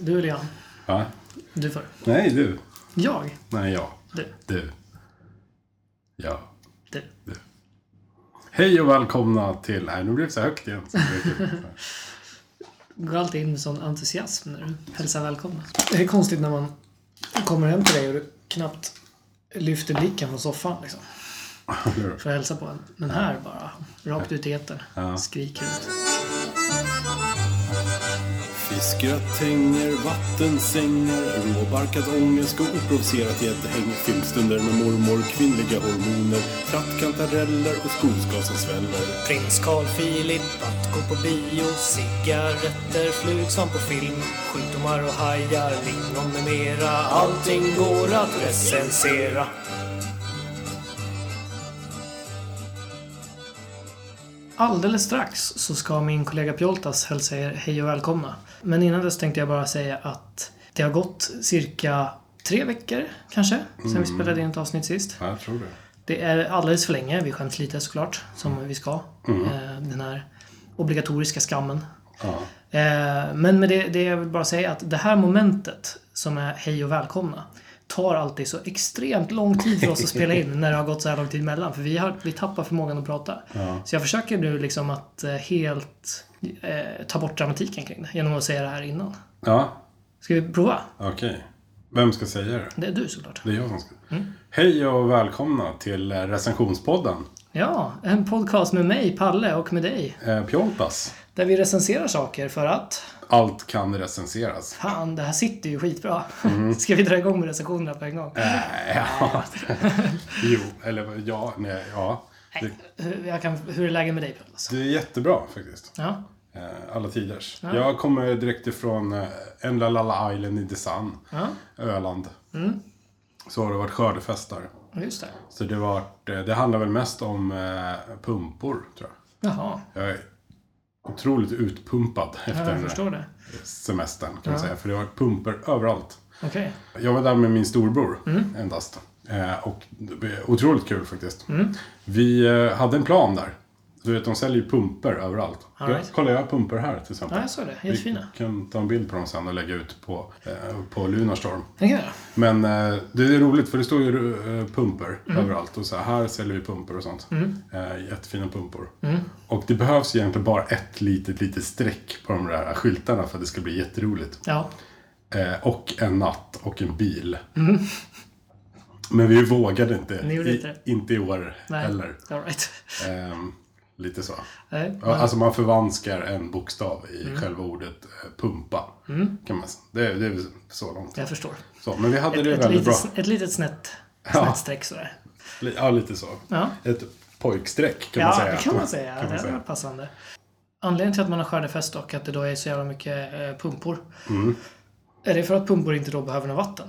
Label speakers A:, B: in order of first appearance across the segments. A: Du Leon.
B: Va?
A: Du för.
B: Nej, du.
A: Jag.
B: Nej, jag.
A: Du.
B: Du. Ja.
A: Du.
B: Hej och välkomna till... Nej, nu blev det så högt igen. Så det är kul.
A: Går alltid in med sån entusiasm när du hälsar välkomna. Det är konstigt när man kommer hem till dig och du knappt lyfter blicken från soffan liksom.
B: Eller hur?
A: För att hälsa på en. Men här bara. Rakt ut i etern. Skriker ut.
C: Fiskgratänger, vattensängar, råbarkad ångest och oprovocerat gäddhäng. Filmstunder med mormor, kvinnliga hormoner, trattkantareller och skogsgas som sväller.
D: Prins Carl Philip att gå på bio Cigaretter, flug som på film Sjukdomar och hajar, lingon med mera Allting går att recensera
A: Alldeles strax så ska min kollega Pjoltas hälsa er hej och välkomna. Men innan dess tänkte jag bara säga att det har gått cirka tre veckor kanske. Sen vi spelade in ett avsnitt sist.
B: Ja, jag tror det.
A: Det är alldeles för länge. Vi skäms lite såklart, som vi ska. Eh, Den här obligatoriska skammen.
B: Ja.
A: Eh, Men med det, det jag vill bara säga att det här momentet som är hej och välkomna tar alltid så extremt lång tid för oss att spela in när det har gått så här lång tid emellan. För vi, har, vi tappar förmågan att prata. Så jag försöker nu liksom att eh, helt eh, ta bort dramatiken kring det genom att säga det här innan.
B: Ja,
A: Ska vi prova?
B: okej. Vem ska säga det?
A: Det är du såklart.
B: Det är jag som ska. Hej och välkomna till eh, recensionspodden.
A: Ja, en podcast med mig, Palle, och med dig.
B: Eh, Pjoltas.
A: Där vi recenserar saker för att
B: Allt kan recenseras.
A: Fan, det här sitter ju skitbra. Ska vi dra igång med recensionerna på en gång?
B: Äh, ja. jo, eller ja, nej, ja. Det,
A: Hur, jag kan, hur är läget med dig, Pölas?
B: det är jättebra faktiskt.
A: Ja,
B: Eh, Alla tiders. Jag kommer direkt ifrån eh, Enlalala Island i The Sun.
A: Ja. Mm.
B: Öland. Så har det varit skördefest där.
A: just det.
B: Så det, var, det handlar väl mest om eh, pumpor, tror
A: Jaha,
B: jag. Jag är otroligt utpumpad
A: ja,
B: efter
A: jag
B: den här
A: förstår det.
B: semestern, kan man säga. För det har varit pumpor överallt.
A: Okej.
B: Jag var där med min storbror
A: Mm.
B: endast. Eh, och det blev otroligt kul faktiskt.
A: Mm.
B: Vi eh, hade en plan där. Du vet, de säljer ju pumpor överallt.
A: All
B: Jag-
A: right.
B: Kolla, jag har pumpor här till exempel.
A: Ja, jag såg det. Jättefina.
B: Vi kan ta en bild på dem sen och lägga ut på, eh, på Lunarstorm.
A: Det kan jag göra.
B: Men eh, det är roligt för det står ju eh, pumpor
A: Mm.
B: överallt. Och så här, här säljer vi pumpor och sånt. Eh, jättefina pumpor.
A: Mm.
B: Och det behövs egentligen bara ett litet, litet streck på de där skyltarna för att det ska bli jätteroligt.
A: Ja,
B: Eh, och en natt och en bil. Men vi vågade inte.
A: Mm. Ni gjorde
B: I,
A: inte det.
B: i år
A: nej.
B: heller.
A: All right.
B: Ehm, lite så.
A: Nej. Mm.
B: Ja, Alltså man förvanskar en bokstav i själva ordet eh, pumpa. Kan man, säga. det, är- det är väl så långt.
A: Jag förstår.
B: Så, men vi hade det
A: Ett
B: väldigt
A: litet,
B: bra.
A: ett litet snett,
B: Ja.
A: snett streck sådär.
B: Li- Ja, lite så.
A: Ja,
B: Ett pojkstreck kan man
A: ja
B: säga.
A: det kan man säga.
B: Kan man
A: det
B: säga.
A: är passande. Anledningen till att man har skördefest och att det då är så jävla mycket eh, pumpor.
B: Mm.
A: Är det för att pumpor inte då behöver något vatten?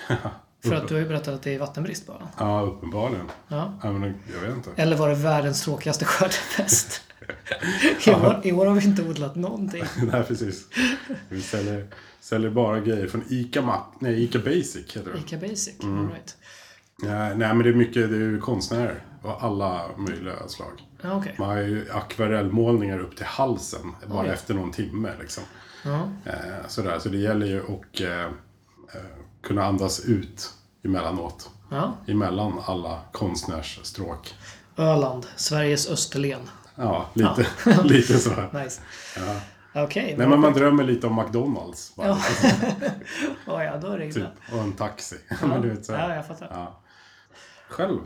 A: för att du har ju berättat att det är vattenbrist bara.
B: Ja, uppenbarligen.
A: Ja.
B: Ja, men jag vet inte.
A: Eller var det världens tråkigaste skördefest? I år, I år har vi inte odlat någonting.
B: Nej, precis. Vi säljer, säljer bara grejer från Ica, Ma- nej, Ica Basic. Heter det.
A: Ica Basic.
B: Mm.
A: all Right.
B: Eh, Nej, nej, men det är mycket det är ju konstnärer av alla möjliga slag.
A: Ja, okej.
B: Man har ju akvarellmålningar upp till halsen bara efter någon timme. Liksom.
A: Ja.
B: Eh, sådär. Så det gäller ju att eh, eh, kunna andas ut emellanåt.
A: Ja.
B: Emellan alla konstnärsstråk.
A: Öland, Sveriges Österlen.
B: Ja, lite, lite så.
A: Nice. Okej.
B: Nej, men man drömmer lite om McDonalds. Bara,
A: Ja, ja, då är det ju
B: typ.
A: bra.
B: Och en taxi. men du vet, så
A: Ja,
B: här.
A: jag fattar.
B: Ja. Själv?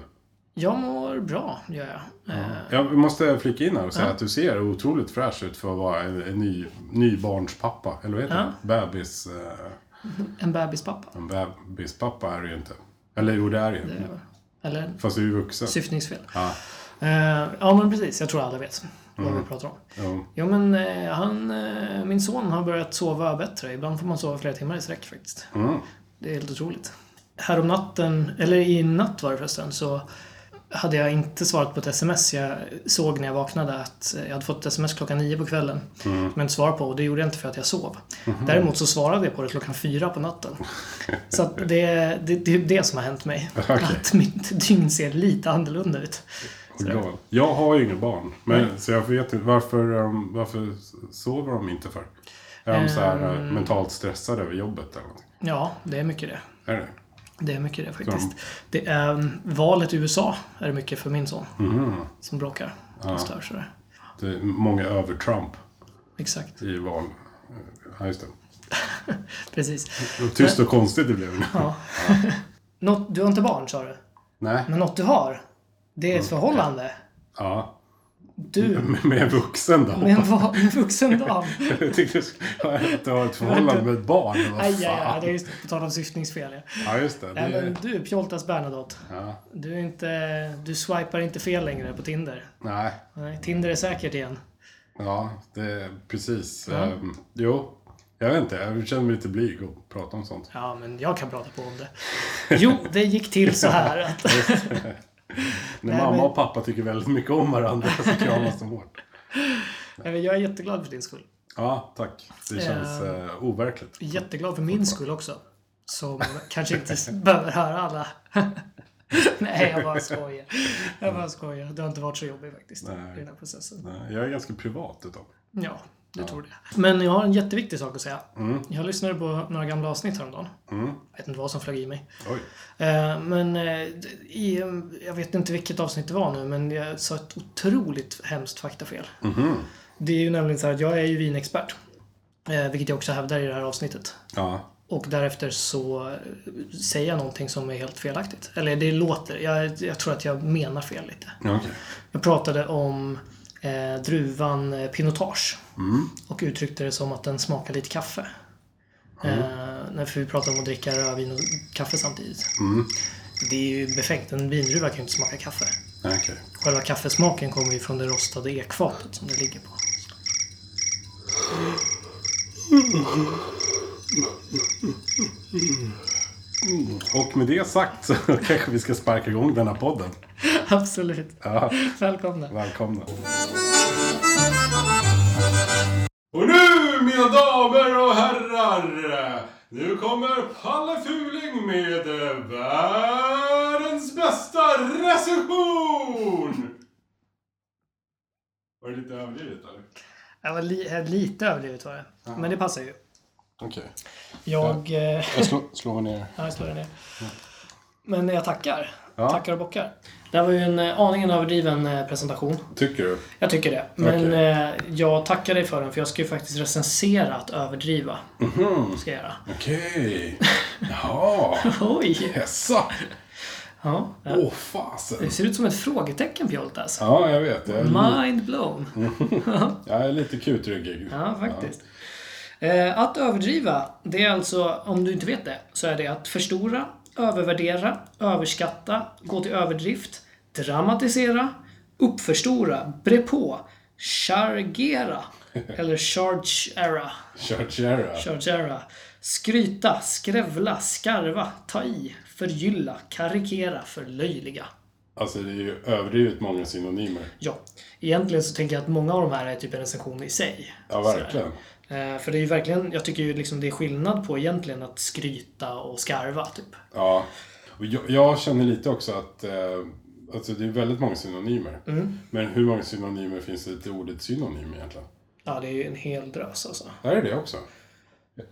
A: Jag mår bra, gör jag. Eh,
B: Jag måste flika in här och säga att du ser otroligt fräsch ut för att vara en, en ny, nybarnspappa. Eller vad heter
A: Ja.
B: det? Bebis... Eh,
A: En bebispappa.
B: en bebispappa är du ju inte. Eller jo, det är du ju.
A: Det var- Eller
B: Fast du är ju vuxen.
A: syftningsfel.
B: Mm. Ja. Mm.
A: Eh, ja, men precis. Jag tror alla vet vad vi pratar om.
B: Jo.
A: Jo, men eh, han, eh, min son har börjat sova bättre. Ibland får man sova flera timmar i sträck faktiskt.
B: Mm.
A: Det är helt otroligt. Härom natten, eller i natt var det förresten, så hade jag inte svarat på ett sms. Jag såg när jag vaknade att jag hade fått ett sms klockan nio på kvällen.
B: Mm.
A: Som jag inte svarade på och det gjorde jag inte för att jag sov.
B: Mm-hmm.
A: Däremot så svarade jag på det klockan fyra på natten. Så att det, det, det är det som har hänt mig.
B: Okej.
A: Att mitt dygn ser lite annorlunda ut.
B: Och gal. Jag har ju inga barn. Men, så jag vet inte. Varför, um, varför sover de inte för? Är de så här
A: Ehm.
B: eh, mentalt stressade över jobbet eller någonting?
A: Ja, det är mycket det.
B: Är det?
A: Det är mycket det faktiskt. Det är, um, valet i USA är det mycket för min son
B: Mm.
A: som bråkar. Ja. Stör sig där.
B: Mhm. det är många över Trump
A: Exakt,
B: i val. eh, Ja, just det.
A: precis.
B: Vad tyst och konstigt det blev.
A: Ja. Något, du har inte barn sa du?
B: Nej.
A: Men något du har? Det
B: Mm.
A: är ett förhållande?
B: Ja.
A: Du
B: Med en vuxen då.
A: med en, va- en vuxen dam?
B: Jag tyckte du skulle höra att du har ett förhållande med ett barn. Vad
A: Aj, aj, aj,
B: fan.
A: det är just på tal om syftningsfel. Ja.
B: Ja, just det. det
A: Nej, men
B: är,
A: du, Pjoltas Bernadotte.
B: ja.
A: Du, är inte, du swipar inte fel längre på Tinder.
B: Nej.
A: Nej, Tinder är säkert igen.
B: Ja, det är precis. Ehm, jo. Jag vet inte, jag känner mig lite blyg att prata om sånt.
A: Ja, men jag kan prata på om det. Jo, det gick till så här att...
B: När
A: Nej,
B: mamma
A: men-
B: och pappa tycker väldigt mycket om varandra så kramas de hårt.
A: Nej, men Jag är jätteglad för din skull.
B: Ja, tack. Det känns eh, overkligt.
A: Jätteglad för min skull också. Som kanske inte s- behöver höra alla. Nej, jag bara skojar. Jag bara skojar. Det har inte varit så jobbigt faktiskt
B: Nej.
A: i den här processen.
B: Nej, Eh, Jag är ganska privat utav mig.
A: Ja, jag tror det. Men jag har en jätteviktig sak att säga. Jag lyssnade på några gamla avsnitt häromdagen. Jag vet inte vad som flög i mig.
B: Oj.
A: Eh, Men eh, i, eh, jag vet inte vilket avsnitt det var nu, men jag sa ett otroligt hemskt faktafel.
B: Mhm.
A: Det är ju nämligen så här att jag är ju vinexpert. eh, Vilket jag också hävdar i det här avsnittet.
B: Ja.
A: Och därefter så eh, säger jag någonting som är helt felaktigt. Eller det låter, jag, jag tror att jag menar fel lite.
B: Ja, Okej.
A: Jag pratade om eh, druvan eh, Pinotage. Och uttryckte det som att den smakar lite kaffe. Eh, när för vi pratade om att dricka rödvin och kaffe samtidigt. Det är ju befängt. En vindruva kan ju inte smaka kaffe.
B: Nej, okej.
A: Själva kaffesmaken kommer ju från det rostade ekfatet som det ligger på.
B: Och med det sagt så kanske vi ska sparka igång den här podden.
A: Absolut.
B: Ja,
A: Välkomna.
B: välkomna. Och nu, mina damer och herrar! Nu kommer Palle Fuling med världens bästa recension! Var det lite överdrivet, eller?
A: Det var li- lite överdrivet var det. Men det passar ju.
B: Okej.
A: Jag... Eh,
B: Jag slår, slår mig ner.
A: Ja, jag slår den ner. Men jag tackar.
B: Ja.
A: Tackar och bockar. Det här var ju en eh, aningen överdriven eh, presentation.
B: Tycker du?
A: Jag tycker det. Men
B: Okej.
A: eh, jag tackar dig för den, för jag ska ju faktiskt recensera att överdriva.
B: Mhm.
A: Ska jag göra.
B: Okej. Jaha.
A: Oj!
B: Hessa.
A: Ja, ja.
B: Åh, fasen.
A: Det ser ut som ett frågetecken, Pjoltas.
B: Ja, Mm. jag vet. Jag är, li-
A: Mind blown.
B: jag är lite kutryggig.
A: Ja, faktiskt. Eh, Att överdriva, det är alltså, om du inte vet det, så är det att förstora, övervärdera, överskatta, gå till överdrift, dramatisera, uppförstora, bre på, chargera, eller chargera,
B: Churchera.
A: chargera, skryta, skrävla, skarva, ta i, förgylla, karikera, förlöjliga.
B: Alltså, det är ju överdrivet många synonymer.
A: Ja, egentligen så tänker jag att många av de här är typ en recension i sig.
B: Ja, verkligen.
A: Eh, För det är ju verkligen, jag tycker ju liksom det är skillnad på egentligen att skryta och skarva typ.
B: Ja. Och jag, jag känner lite också att eh, alltså, det är väldigt många synonymer.
A: Mm.
B: Men hur många synonymer finns det till ordet synonym egentligen?
A: Ja, det är ju en hel drös alltså.
B: Där är det också.
A: Nej,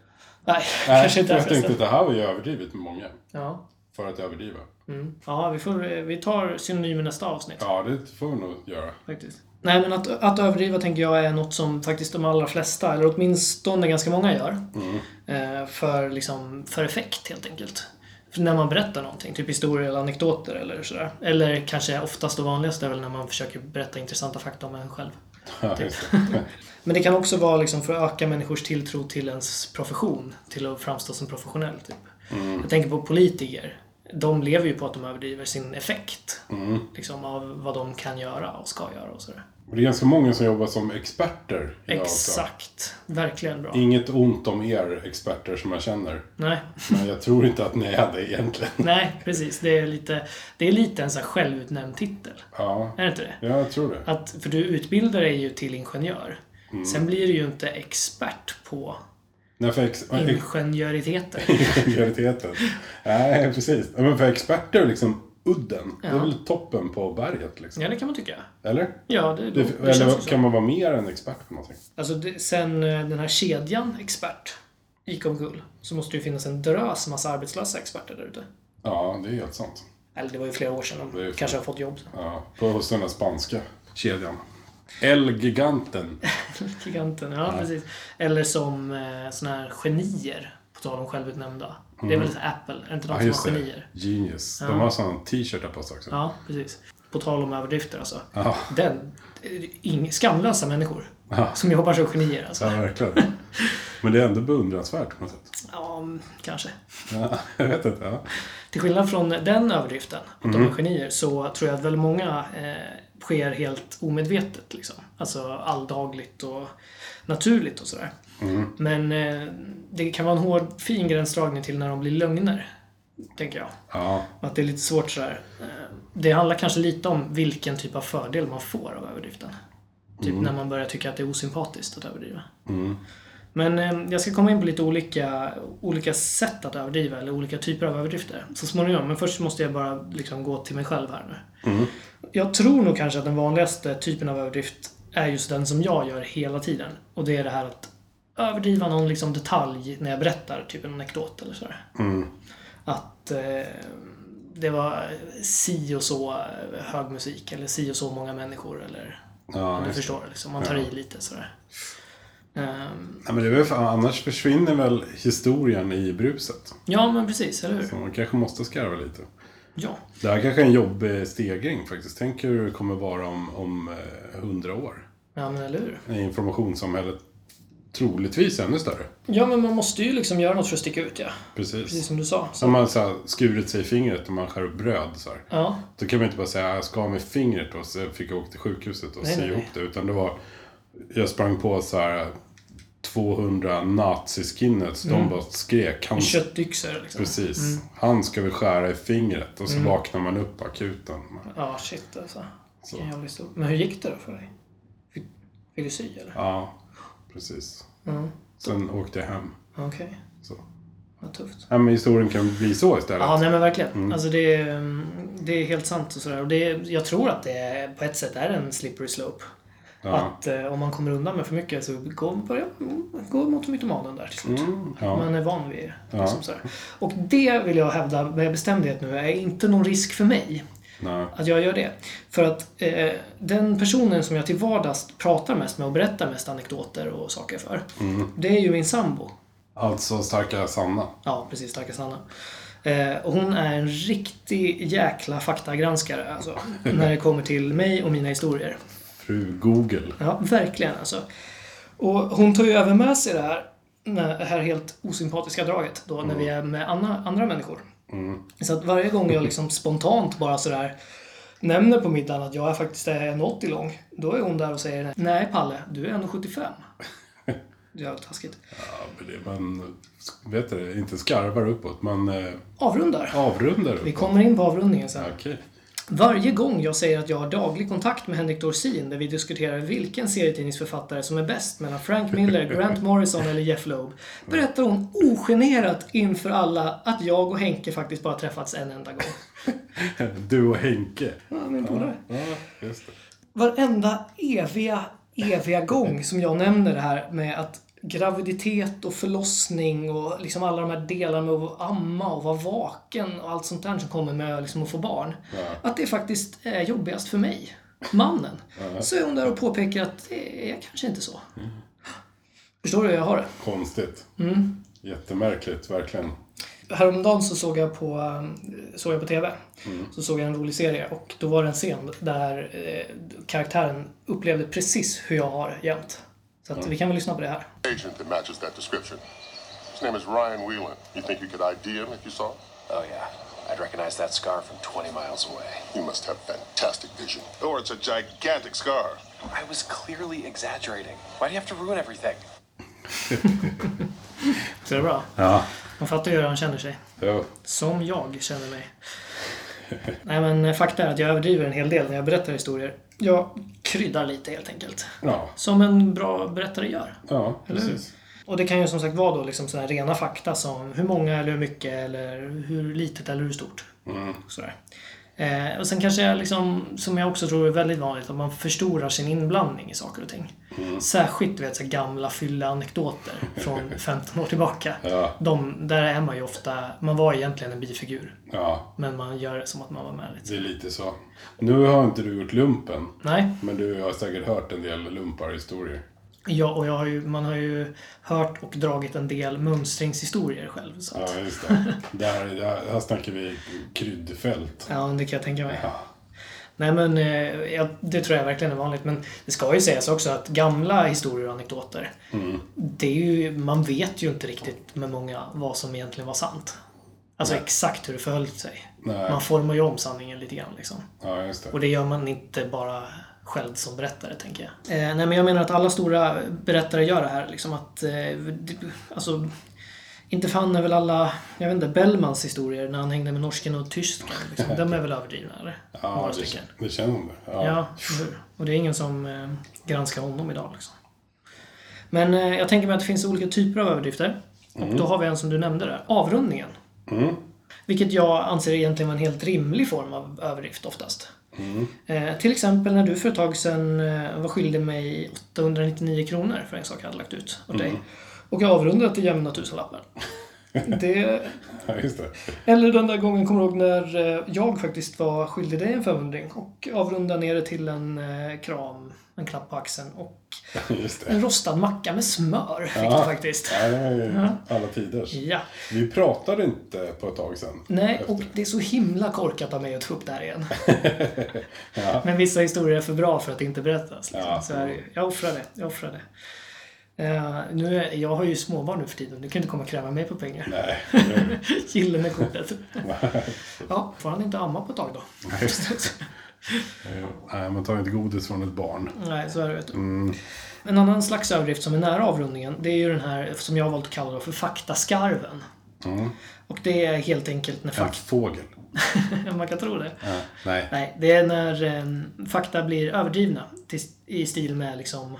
B: Nej,
A: kanske inte
B: jag
A: förresten.
B: tänkte att det här var ju överdrivet med många.
A: Ja,
B: För att överdriva.
A: mm. ja vi, får, eh, vi tar synonym i nästa avsnitt
B: Ja, det får vi nog göra.
A: faktiskt. Nej, men att, att överdriva tänker jag är något som faktiskt de allra flesta, eller åtminstone ganska många gör.
B: Mm.
A: Eh, För, liksom, för effekt helt enkelt. För när man berättar någonting, typ historier eller anekdoter eller sådär. Eller kanske oftast och vanligast är väl när man försöker berätta intressanta fakta om en själv.
B: Ja,
A: Typ.
B: just det.
A: Men det kan också vara liksom för att öka människors tilltro till ens profession, till att framstå som professionell. Typ. Jag tänker på politiker. De lever ju på att de överdriver sin effekt
B: Mm.
A: liksom, av vad de kan göra och ska göra och sådär.
B: Och det är ganska många som jobbar som experter idag också.
A: Exakt. Verkligen bra.
B: Inget ont om er experter som jag känner.
A: Nej.
B: Men jag tror inte att ni är det egentligen.
A: Nej, precis. Det är lite, det är lite en så här självutnämnd titel.
B: Ja,
A: Är det inte det?
B: ja jag tror det.
A: Att, för du utbildar dig ju till ingenjör. Sen blir du ju inte expert på
B: Nej, för ex-
A: ingenjöriteter.
B: ingenjöriteten. Nej, precis. Ja, Men för experter liksom udden. Det är väl toppen på berget liksom.
A: Ja, det kan man tycka.
B: Eller?
A: Ja, det,
B: Det,
A: det, känns ju
B: eller
A: så.
B: kan man vara mer än expert på någonting?
A: Alltså, det, sen eh, den här kedjan expert gick omkull så måste det ju finnas en drös massa arbetslösa experter där ute.
B: Ja, det är helt sant.
A: Eller det var ju flera år sedan
B: är ju
A: de kanske har fått jobb.
B: Ja, på hos den där spanska kedjan. El-giganten.
A: Giganten, ja precis. Eller som eh, såna här genier, på tal om självutnämnda. Det är väl Apple, är inte de
B: Mm. Ja,
A: som
B: just
A: har
B: det.
A: genier?
B: Genius. De har sån t-shirt där på sig också.
A: Ja, precis. På tal om överdrifter alltså.
B: Ja,
A: Den, eh, ing, skamlösa människor.
B: Ja.
A: Som jobbar som genier alltså.
B: ja verkligen. Men det är ändå beundransvärt på något sätt.
A: Ja, mm, kanske.
B: Ja, jag vet inte. Ja.
A: Till skillnad från den överdriften, att de är genier, så tror jag att väldigt många eh, sker helt omedvetet. Liksom. Alltså alldagligt och naturligt och sådär. Men eh, det kan vara en hård, fin gränsdragning till när de blir lögner. Tänker jag.
B: Ja,
A: Att det är lite svårt sådär. Eh, Det handlar kanske lite om vilken typ av fördel man får av överdriften. Typ när man börjar tycka att det är osympatiskt att överdriva. Men eh, jag ska komma in på lite olika, olika sätt att överdriva, eller olika typer av överdrifter. Så småningom, men först måste jag bara liksom gå till mig själv här nu. Jag tror nog kanske att den vanligaste typen av överdrift är just den som jag gör hela tiden. Och det är det här att överdriva någon liksom detalj när jag berättar typ en anekdot eller sådär att eh, det var si och så hög musik eller si och så många människor eller
B: ja,
A: du
B: just det.
A: förstår liksom, man tar i lite sådär. Ehm,
B: Ja, men det är väl för, annars försvinner väl historien i bruset.
A: ja men precis, eller hur?
B: Så man kanske måste skarva lite.
A: Ja.
B: Det här kanske är en jobbig stegring faktiskt. Tänk hur det kommer vara om, om eh, hundra år.
A: ja, men eller hur?
B: Är informationssamhället troligtvis ännu större.
A: Ja men man måste ju liksom göra något för att sticka ut ja. Precis
B: Precis.
A: som du sa. Så,
B: Som man så här, skurit sig i fingret och man skär upp bröd så här.
A: ja,
B: Då kan man inte bara säga "Ah, jag skar mig i fingret och så fick jag åka till sjukhuset och
A: Nej,
B: sy
A: nej,
B: ihop
A: nej.
B: det. Utan det var, jag sprang på så här 200 naziskinnets.
A: Mm.
B: De bara skrek. Han,
A: köttbyxor liksom.
B: precis. Han ska vi skära i fingret. Och så
A: Mm.
B: vaknar man upp på akuten.
A: Ja shit alltså. Vilken jävla historia. Men hur gick det då för dig? Fick, fick du sy eller?
B: Ja, precis. Sen åkte jag hem.
A: Ja. Okej,
B: Så.
A: vad tufft.
B: Ja, men historien kan bli så istället.
A: Ja, nej men verkligen. Alltså det, är, mm, det är helt sant och sådär. Och det, är- jag tror att det är, på ett sätt är en slippery slope. Att eh, om man kommer undan med för mycket så går man börjar, går mot mytomanen där till slut.
B: Mm, ja.
A: Man är van vid det. Liksom sådär. Och det vill jag hävda med bestämdhet nu är inte någon risk för mig
B: Nej.
A: att jag gör det. För att eh, den personen som jag till vardags pratar mest med och berättar mest anekdoter och saker för,
B: Mm.
A: det är ju min sambo.
B: Alltså starka Sanna.
A: Ja, precis. Starka Sanna. Eh, och hon är en riktig jäkla faktagranskare alltså, när det kommer till mig och mina historier.
B: Fru Google.
A: Ja, verkligen alltså. Och hon tar ju även med sig det här, det här helt osympatiska draget då när vi är med andra, andra människor. Så att varje gång jag liksom spontant bara sådär nämner på middagen att jag är faktiskt är 1,80 lång, då är hon där och säger Nej Palle, du är 1,75. Det är jävligt taskigt.
B: Ja, men det, man vet du, inte skarvar uppåt, man eh,
A: Avrundar.
B: avrundar
A: Vi
B: uppåt.
A: kommer in på avrundningen sen.
B: Okej.
A: Varje gång jag säger att jag har daglig kontakt med Henrik Dorsin där vi diskuterar vilken serietidningsförfattare som är bäst mellan Frank Miller, Grant Morrison eller Jeff Loeb berättar hon ogenerat inför alla att jag och Henke faktiskt bara träffats en enda gång.
B: Du och Henke.
A: Ja, min polare.
B: Ja, just det.
A: Varenda eviga, eviga gång som jag nämner det här med att graviditet och förlossning och liksom alla de här delarna med att amma och vara vaken och allt sånt där som kommer med liksom att få barn. Att det faktiskt är jobbigast för mig, mannen. Så är hon där och påpekar att det är kanske inte så. Förstår du hur jag har det?
B: Konstigt. Jättemärkligt, verkligen.
A: Häromdagen så såg jag på, eh, såg jag på TV. Så såg jag en rolig serie och då var det en scen där eh, karaktären upplevde precis hur jag har jämt. Så att vi kan väl lyssna på det här.
E: agent that matches that description. His name is Ryan Whelan. You think you could ID him if you saw him?
F: Oh, yeah. I'd recognize that scar from 20 miles away.
E: You must have fantastic vision. Or Oh, it's a gigantic scar.
F: I was clearly exaggerating. Why do you have to ruin everything?
A: Så det är bra.
B: Ja.
A: Man fattar ju hur han känner sig.
B: Ja.
A: Som jag känner mig. Nej men eh, fakta är att jag överdriver en hel del när jag berättar historier. Jag kryddar lite helt enkelt.
B: Ja,
A: Som en bra berättare gör.
B: ja precis.
A: Och det kan ju som sagt vara då liksom sådana rena fakta som hur många eller hur mycket eller hur litet eller hur stort. Sådär. Eh, och sen kanske jag liksom, som jag också tror är väldigt vanligt, att man förstorar sin inblandning i saker och ting. Särskilt du vet, så här gamla fylla-anekdoter från 15 år tillbaka. De, där är man ju ofta, man var egentligen en bifigur.
B: Ja,
A: Men man gör det som att man var med lite.
B: det är lite så. Nu har inte du gjort lumpen.
A: Nej,
B: Men du har säkert hört en del lumparhistorier.
A: ja, och jag har ju, man har ju hört och dragit en del mönstringshistorier själv. Så att,
B: Ja, just det. Där, där, här snackar vi kryddfält.
A: ja, det kan jag tänka mig. Nej men eh, ja, det tror jag verkligen är vanligt. Men det ska ju sägas också att gamla historier och anekdoter. Det är ju, man vet ju inte riktigt med många vad som egentligen var sant. Alltså exakt hur det förhöll sig.
B: Nej.
A: Man formar ju om sanningen lite grann liksom.
B: Ja, just
A: Och
B: det.
A: det gör man inte bara själv som berättare, tänker jag. Eh, nej, men jag menar att alla stora berättare gör det här. Liksom att, eh, det- alltså, inte fan är väl alla, jag vet inte, Bellmans historier när han hängde med norsken och tysken. Liksom, de är väl överdrivna, eller?
B: Ja,
A: Några
B: det,
A: stycken.
B: det känns som det. Ja.
A: Ja, eller hur? Och det är ingen som eh, granskar honom idag. Liksom. Men eh, jag tänker mig att det finns olika typer av överdrifter. Och då har vi en som du nämnde där, avrundningen. Vilket jag anser egentligen var en helt rimlig form av överdrift oftast. Eh, till exempel när du för ett tag sedan eh, var skyldig mig 899 kronor för en sak jag hade lagt ut åt dig. Och jag avrundade till jämna tusenlappar. det
B: ja, just det.
A: eller den där gången, kommer du ihåg, när eh, jag faktiskt var skyldig dig en femhundring och avrundade ner det till en eh, kram, en klapp på axeln och
B: Just det.
A: en rostad macka med smör fick
B: Ja.
A: du faktiskt.
B: Ja, det var ju alla tiders.
A: Ja.
B: Vi pratade inte på ett tag sedan.
A: Nej,
B: Efter.
A: och det är så himla korkat av mig att ta upp det här igen. Men vissa historier är för bra för att inte berättas. Liksom.
B: Ja.
A: Så här, jag offrar det, jag offrar det. Eh, nu är, jag har ju småbarn nu för tiden, du kan inte komma och kräva mig på pengar.
B: Nej.
A: Gillene kortet. ja, får han inte amma på ett tag då?
B: Nej, just det. Nej, man tar inte godis från ett barn.
A: Nej, så är det. Vet du. En annan slags överdrift som är nära avrundningen, det är ju den här som jag har valt att kalla då för faktaskarven. Och det är helt enkelt när
B: En
A: fakta...
B: fågel.
A: Man kan tro det.
B: Ja, Nej.
A: Nej, det är när eh, fakta blir överdrivna. Till, I stil med liksom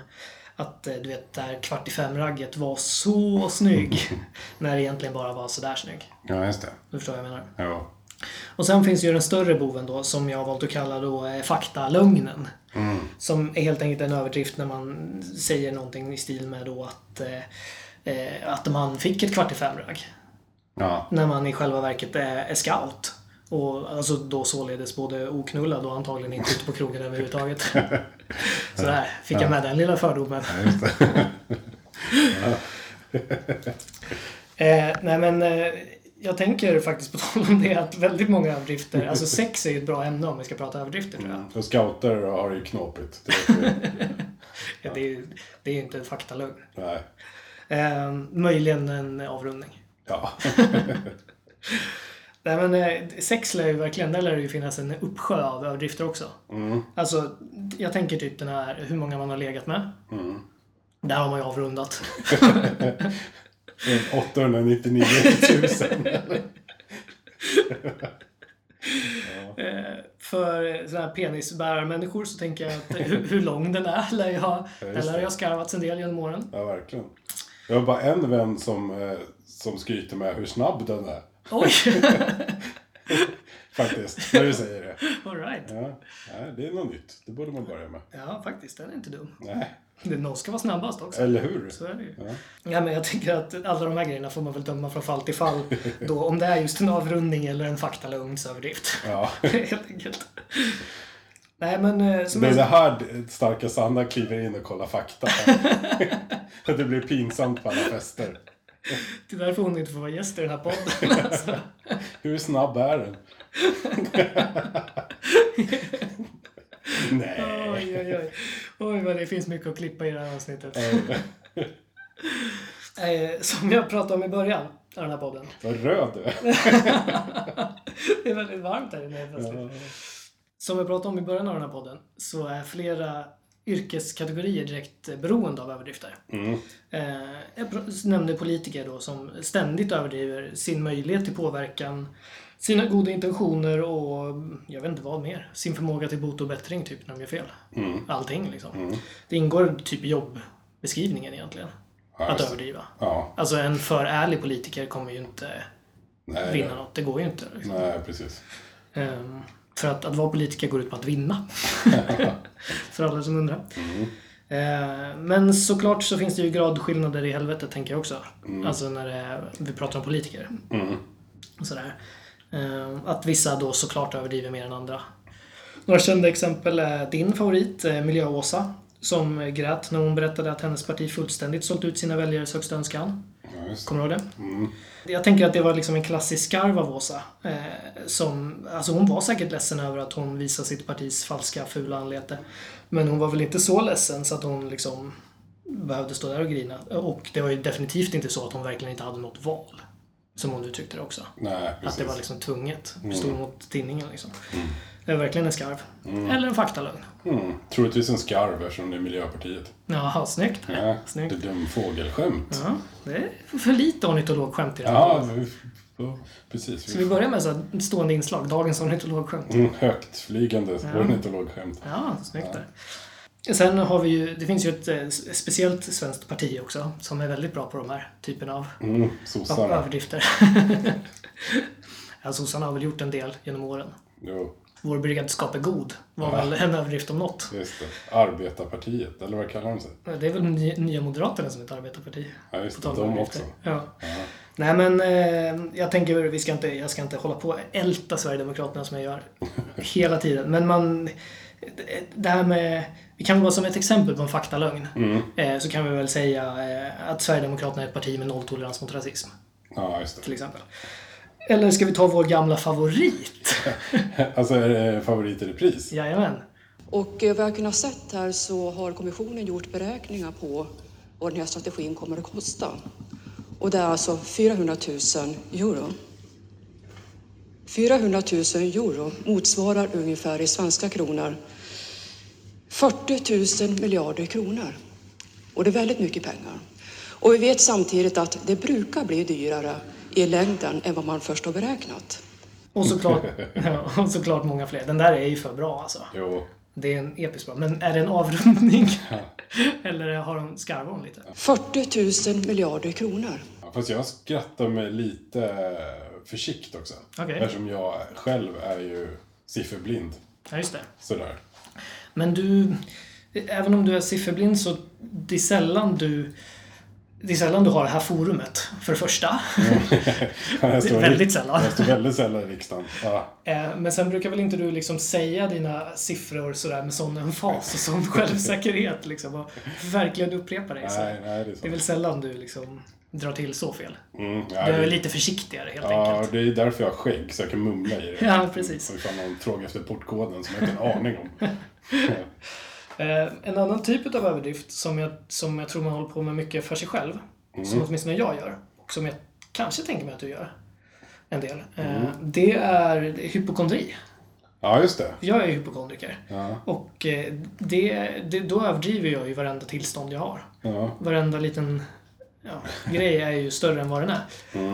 A: att eh, du vet, det här kvart i fem-ragget var så snygg. när det egentligen bara var sådär snygg.
B: Ja, just det.
A: Du förstår vad jag menar.
B: Ja.
A: Och sen finns ju den större boven då som jag har valt att kalla då eh, faktalögnen. Som är helt enkelt en överdrift när man säger någonting i stil med då att, eh, eh, att man fick ett kvart i fem-ragg.
B: Ja.
A: När man i själva verket är, är scout. Och alltså då således både oknullad och antagligen inte ute på krogen överhuvudtaget. Så där fick jag med den lilla fördomen. eh, nej men eh, jag tänker faktiskt på tal om det att väldigt många överdrifter, alltså sex är ju ett bra ämne om vi ska prata överdrifter tror jag.
B: Och scouter har det ju knåpigt. Det vet
A: Det
B: vi.
A: är ju det är ju inte en faktalugn.
B: Nej.
A: Eh, möjligen en avrundning.
B: Ja.
A: Nej men eh, sex lär ju verkligen, där lär det ju finnas en uppsjö av överdrifter också.
B: Mm.
A: Alltså, jag tänker typ den här hur många man har legat med.
B: Mm.
A: Där har man ju avrundat.
B: 899 000.
A: För sådana här penisbärarmänniskor så tänker jag att hur, hur lång den är lär jag ha
B: just
A: eller
B: det.
A: jag skarvats en del genom åren.
B: Ja, verkligen. Jag har bara en vän som, eh, som skryter med hur snabb den är.
A: Oj!
B: Faktiskt, när du säger det.
A: Alright.
B: Ja, nej, det är något nytt. Det borde man börja med.
A: Ja, faktiskt. Den är inte dum.
B: Nej,
A: Det- Någon ska vara snabbast också.
B: eller hur?
A: Så är det ju. Ja, men jag tycker att alla de här grejerna får man väl döma från fall till fall. Då, om det är just en avrundning eller en faktalugnsöverdrift.
B: Ja.
A: Helt enkelt. Nej, men eh, som
B: Det är det
A: jag...
B: här det- starka Sanna kliver in och kollar fakta. Att det blir pinsamt på alla fester.
A: Det är därför hon inte får vara gäst i den här podden. alltså.
B: Hur snabb är den? Nej.
A: Oj, oj, oj. Oj, vad det finns mycket att klippa i det här avsnittet. Eh, Som jag pratade om i början av den här podden.
B: Vad röd du är.
A: Det är väldigt varmt här inne helt plötsligt. Som jag pratade om i början av den här podden så är flera yrkeskategorier direkt beroende av överdrifter.
B: Mm.
A: Eh, Jag pr- nämnde politiker då som ständigt överdriver sin möjlighet till påverkan, sina goda intentioner och jag vet inte vad mer. Sin förmåga till bot och bättring typ när de gör fel.
B: Mm.
A: Allting liksom. Det ingår typ i jobbeskrivningen egentligen.
B: Ja,
A: att
B: just det.
A: överdriva.
B: Ja,
A: Alltså en för ärlig politiker kommer ju inte
B: nej,
A: vinna något. Det går ju inte. Liksom.
B: nej, precis.
A: Ehm, För att, att vara politiker går ut på att vinna. för alla som undrar. Eh, Men såklart så finns det ju gradskillnader i helvetet tänker jag också. Alltså när det, vi pratar om politiker. Och sådär. Eh, Att vissa då såklart överdriver mer än andra. Några kända exempel är din favorit, eh, Miljö-Åsa. Som grät när hon berättade att hennes parti fullständigt sålt ut sina väljares högsta önskan. Kommer du ihåg det? Jag tänker att det var liksom en klassisk skarv av Åsa. Eh, som, alltså hon var säkert ledsen över att hon visade sitt partis falska, fula anlete. Men hon var väl inte så ledsen så att hon liksom behövde stå där och grina. Och det var ju definitivt inte så att hon verkligen inte hade något val. Som hon uttryckte det också.
B: Nej,
A: Att det
B: precis.
A: var liksom tvunget. Stod mot tinningen liksom. Det var verkligen en skarv. Eller en faktalögn.
B: Mm. Troligtvis en skarv eftersom det är Miljöpartiet.
A: Jaha, snyggt.
B: Nej, det
A: snyggt.
B: är dum fågelskämt.
A: Ja, det är för lite ornitologskämt i det här.
B: Ja, vi- ja, precis.
A: Ska vi
B: Vi-
A: börja med så här stående inslag? Dagens ornitologskämt.
B: Mm, högt flygande ornitologskämt.
A: Ja, snyggt där. Sen har vi ju, det finns ju ett eh, speciellt svenskt parti också som är väldigt bra på de här typen av
B: Mm,
A: av
B: sossarna.
A: överdrifter. ja, sossarna har väl gjort en del genom åren.
B: Jo,
A: Vår beredskap är god var
B: Ja.
A: väl en överdrift om något.
B: just det. Arbetarpartiet, eller vad kallar de sig?
A: Det är väl Ny- Nya Moderaterna som är ett arbetarparti.
B: Ja, just
A: På
B: det.
A: tal om
B: De också.
A: överdrifter. Ja. Nej men eh, jag tänker, vi ska inte, jag ska inte hålla på och älta Sverigedemokraterna som jag gör hela tiden. Men man, det här med, vi kan bara som ett exempel på en faktalögn.
B: Mm.
A: Eh, så kan vi väl säga eh, att Sverigedemokraterna är ett parti med nolltolerans mot rasism.
B: Ja, just
A: Till
B: det.
A: exempel. Eller ska vi ta vår gamla favorit? Typ.
B: Alltså, är det favorit i repris?
A: Jajamän.
G: Och eh, vad jag kunnat sett här så har kommissionen gjort beräkningar på vad den här strategin kommer att kosta. Och det är alltså 400 000 euro. 400 000 euro motsvarar ungefär i svenska kronor 40 000 miljarder kronor. Och det är väldigt mycket pengar. Och vi vet samtidigt att det brukar bli dyrare i längden än vad man först har beräknat.
A: Och såklart, ja, och såklart många fler. Den där är ju för bra alltså.
B: Jo.
A: Det är en episk bra. Men är det en avrundning? Eller har de skarvat hon lite?
G: 40 000 miljarder kronor.
B: Ja, Fast jag skrattar mig lite försikt också.
A: Okej.
B: Eftersom jag själv är ju sifferblind.
A: Ja, just det.
B: Sådär.
A: Men du, även om du är sifferblind så det är sällan du det är sällan du har det här forumet, för det första.
B: Jag står i-
A: väldigt sällan.
B: Jag står väldigt sällan i riksdagen. Ah, Ja.
A: Eh, Men sen brukar väl inte du liksom säga dina siffror sådär med sån emfas och sån självsäkerhet liksom och verkligen upprepa dig. Så.
B: Nej, nej, det är
A: Det är
B: sant.
A: väl sällan du liksom drar till så fel.
B: Mm,
A: Du
B: nej,
A: är
B: det-
A: väl lite försiktigare helt
B: Ja,
A: enkelt.
B: det är därför jag har skägg, så jag kan mumla i det.
A: Ja, precis.
B: Så ifall någon frågar efter portkoden som jag inte har en aning om.
A: Eh, En annan typ av överdrift som jag, som jag tror man håller på med mycket för sig själv,
B: Mm.
A: som åtminstone jag gör, och som jag kanske tänker mig att du gör en del, eh,
B: Mm.
A: det är hypokondri.
B: Ja, just det.
A: Jag är hypokondriker. Och eh, det, det, då överdriver jag ju varenda tillstånd jag har.
B: Ja.
A: Varenda liten ja, grej är ju större än vad den är.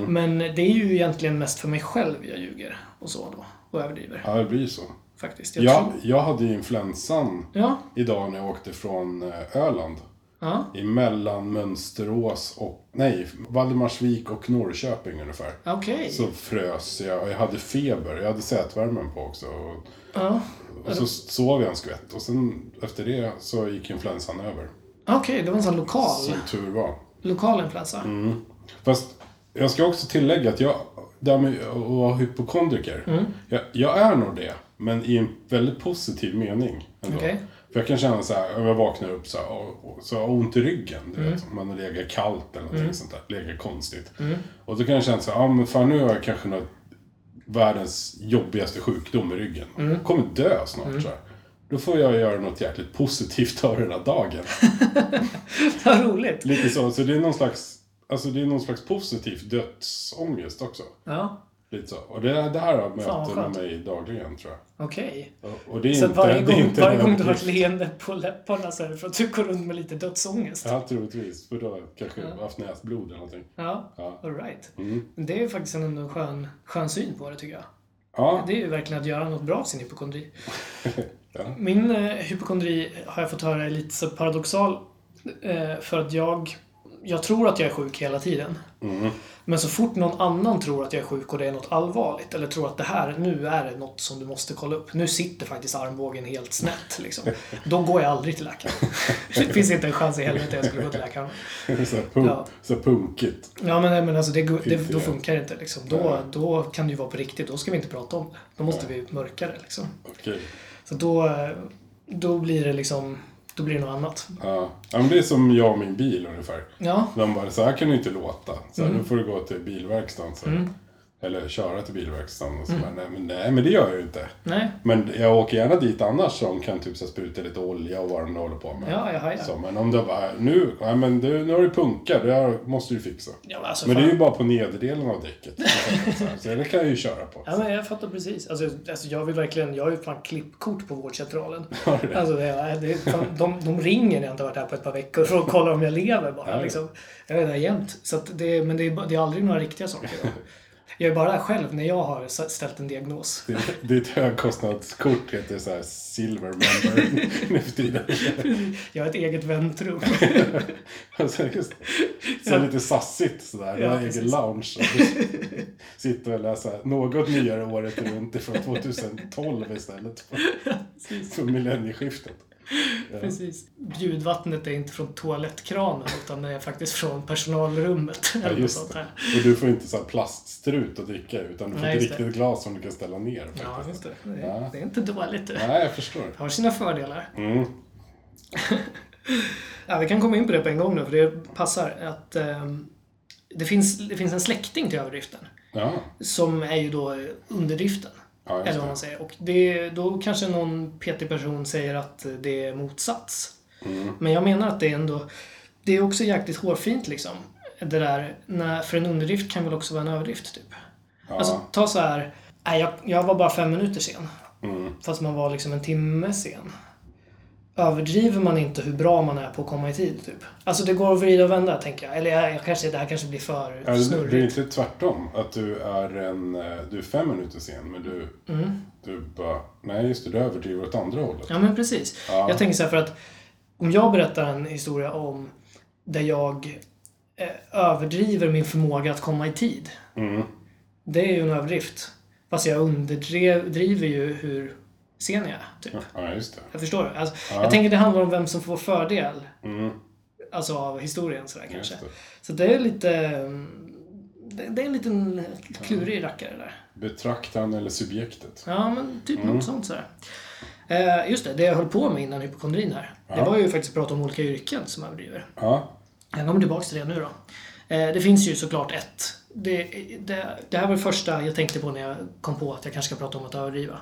A: Men det är ju egentligen mest för mig själv jag ljuger och så då. Och överdriver
B: ja, det blir ju så.
A: faktiskt. Jag
B: Jag,
A: tror-
B: jag hade ju influensan
A: ja.
B: idag när jag åkte från eh, Öland.
A: Ja.
B: I mellan Mönsterås och, nej, Valdemarsvik och Norrköping ungefär.
A: Okej.
B: Så frös jag och jag hade feber. Jag hade sätvärmen på också. Och,
A: Ja.
B: och så sov jag en skvätt. Och sen efter det så gick influensan över.
A: Okej, det var en sån lokal,
B: Som tur var.
A: lokal influensa.
B: Fast jag ska också tillägga att jag, det här med att vara hypokondriker. Jag, jag är nog det, men i en väldigt positiv mening. Ändå.
A: Okej.
B: För jag kan känna så här, om jag vaknar upp så här, och, och, så har jag ont i ryggen. Du vet, om man har legat kallt eller någonting sånt där. Legat konstigt. Och då kan jag känna så här, ah, men fan nu har jag kanske något, världens jobbigaste sjukdom i ryggen. Jag kommer dö snart så här. Då får jag göra något jäkligt positivt av den här dagen.
A: Vad roligt.
B: Lite så, så det är någon slags, alltså det är någon slags positiv dödsångest också.
A: Ja,
B: Lite så. Och det, det här har
A: vad
B: möten med
A: skönt.
B: mig dagligen tror jag.
A: okej.
B: Och- Och det är
A: Så att
B: inte,
A: varje
B: det är
A: gång,
B: inte
A: varje
B: en
A: gång du har ett
B: överdrift.
A: leende på läpparna så är det för att du går runt med lite dödsångest.
B: Ja, troligtvis. För då kanske jag har haft näsblod eller någonting.
A: Ja,
B: Ja. Mm.
A: all right. Men Det är ju faktiskt ändå en skön, skön syn på det tycker jag.
B: Ja,
A: Det är ju verkligen att göra något bra av sin hypokondri. Min eh, hypokondri har jag fått höra är lite så paradoxal eh, för att jag jag tror att jag är sjuk hela tiden. Men så fort någon annan tror att jag är sjuk och det är något allvarligt eller tror att det här, nu är det något som du måste kolla upp. Nu sitter faktiskt armbågen helt snett liksom. Då går jag aldrig till läkaren. det finns inte en chans i helvete jag skulle gå till läkaren.
B: så, här punk,
A: Ja.
B: så här punkigt.
A: Ja men, nej, men alltså det, gu- det,
B: Fy
A: då
B: fan.
A: funkar det inte liksom. Då, då kan det ju vara på riktigt. Då ska vi inte prata om det. Då måste vi mörka det liksom.
B: Okej.
A: Så då, eh, då blir det liksom, då blir det något annat.
B: Ja. ja, men det är som jag och min bil ungefär.
A: Ja, Mm.
B: De bara, så här kan du inte låta. Så här, Nu får du gå till bilverkstaden. Så här. Eller köra till bilverkstaden. Och
A: Mm.
B: så bara, nej, men, nej, men det gör jag ju inte.
A: nej.
B: Men jag åker gärna dit annars som kan typ så här, spruta lite olja och vad de nu håller på med.
A: Ja, jag hajar.
B: Så, men om du bara, nu, nej, men du, nu har du punka, det här måste du fixa.
A: Ja, men alltså,
B: men det är
A: fan.
B: ju bara på nederdelen av däcket. Så här, så det kan jag ju köra på.
A: Ja, men jag fattar precis. Alltså, alltså jag vill verkligen, jag har ju fan klippkort på vårdcentralen. Alltså, det, är- det, är fan- de, de ringer när jag inte har varit här på ett par veckor för att kolla om jag lever bara.
B: ja.
A: liksom. Jag är där jämt. Så att det, men det är, ba- det är aldrig några riktiga saker. Då. Jag är bara där själv när jag har s- ställt en diagnos.
B: Det, det är ett högkostnadskort, heter så här silver member nu för tiden.
A: Jag har ett eget väntrum.
B: Alltså, just, så lite sassigt sådär. Du
A: Ja,
B: har egen
A: precis.
B: lounge. Sitta och läsa något nyare året runt ifrån 2012 istället. För, för millennieskiftet.
A: Precis. Bjudvattnet är inte från toalettkranen utan det är faktiskt från personalrummet.
B: Ja,
A: eller något
B: just
A: sånt
B: det.
A: här.
B: Och du får inte så här plaststrut att dricka utan du får
A: Nej,
B: ett
A: just det.
B: riktigt glas som du kan ställa
A: Ja,
B: ner.
A: just
B: faktiskt.
A: det. Det är,
B: Ja. Mm.
A: det är inte dåligt. Du.
B: Nej, jag förstår.
A: har sina fördelar. ja, vi kan komma in på det på en gång nu, för det passar. Att, ehm, det, finns, det finns en släkting till överdriften,
B: Ja,
A: som är ju då eh, underdriften.
B: Ja, just
A: eller vad
B: det.
A: man säger. Och det, då kanske någon PT-person säger att eh, det är motsats.
B: Mm.
A: Men jag menar att det är ändå, det är också jäkligt hårfint liksom. Det där, när, för en underdrift kan väl också vara en överdrift typ. Alltså ta så här, nej jag, jag var bara fem minuter sen.
B: Mm.
A: Fast man var liksom en timme sen. Överdriver man inte hur bra man är på att komma i tid typ? Alltså det går att vrida och vända tänker jag. Eller jag, jag kanske, det här kanske blir för
B: Ja, det det är
A: snurrigt.
B: inte tvärtom. Att du är, en, eh, du är fem minuter sen men du,
A: Mm.
B: du bara, nej just det, du överdriver åt andra hållet.
A: Ja men precis. Jag tänker så här för att om jag berättar en historia om där jag eh, överdriver min förmåga att komma i tid.
B: Mm.
A: Det är ju en överdrift. Fast jag underdriver ju hur sen jag är. Typ.
B: Ja, just det.
A: Jag förstår. Alltså, Jag tänker det handlar om vem som får fördel. Alltså av historien sådär kanske.
B: Mm. det.
A: Så det är lite... mm, Det, det är en liten klurig rackare där.
B: Betraktaren eller subjektet.
A: Ja, men typ något sånt sådär. Eh, just det, det jag höll på med innan hypokondrin här. Det var ju faktiskt att prata om olika yrken som överdriver.
B: Ja,
A: Jag kommer tillbaka till det nu då. Eh, det finns ju såklart ett. Det, det, det här var det första jag tänkte på när jag kom på att jag kanske ska prata om att överdriva.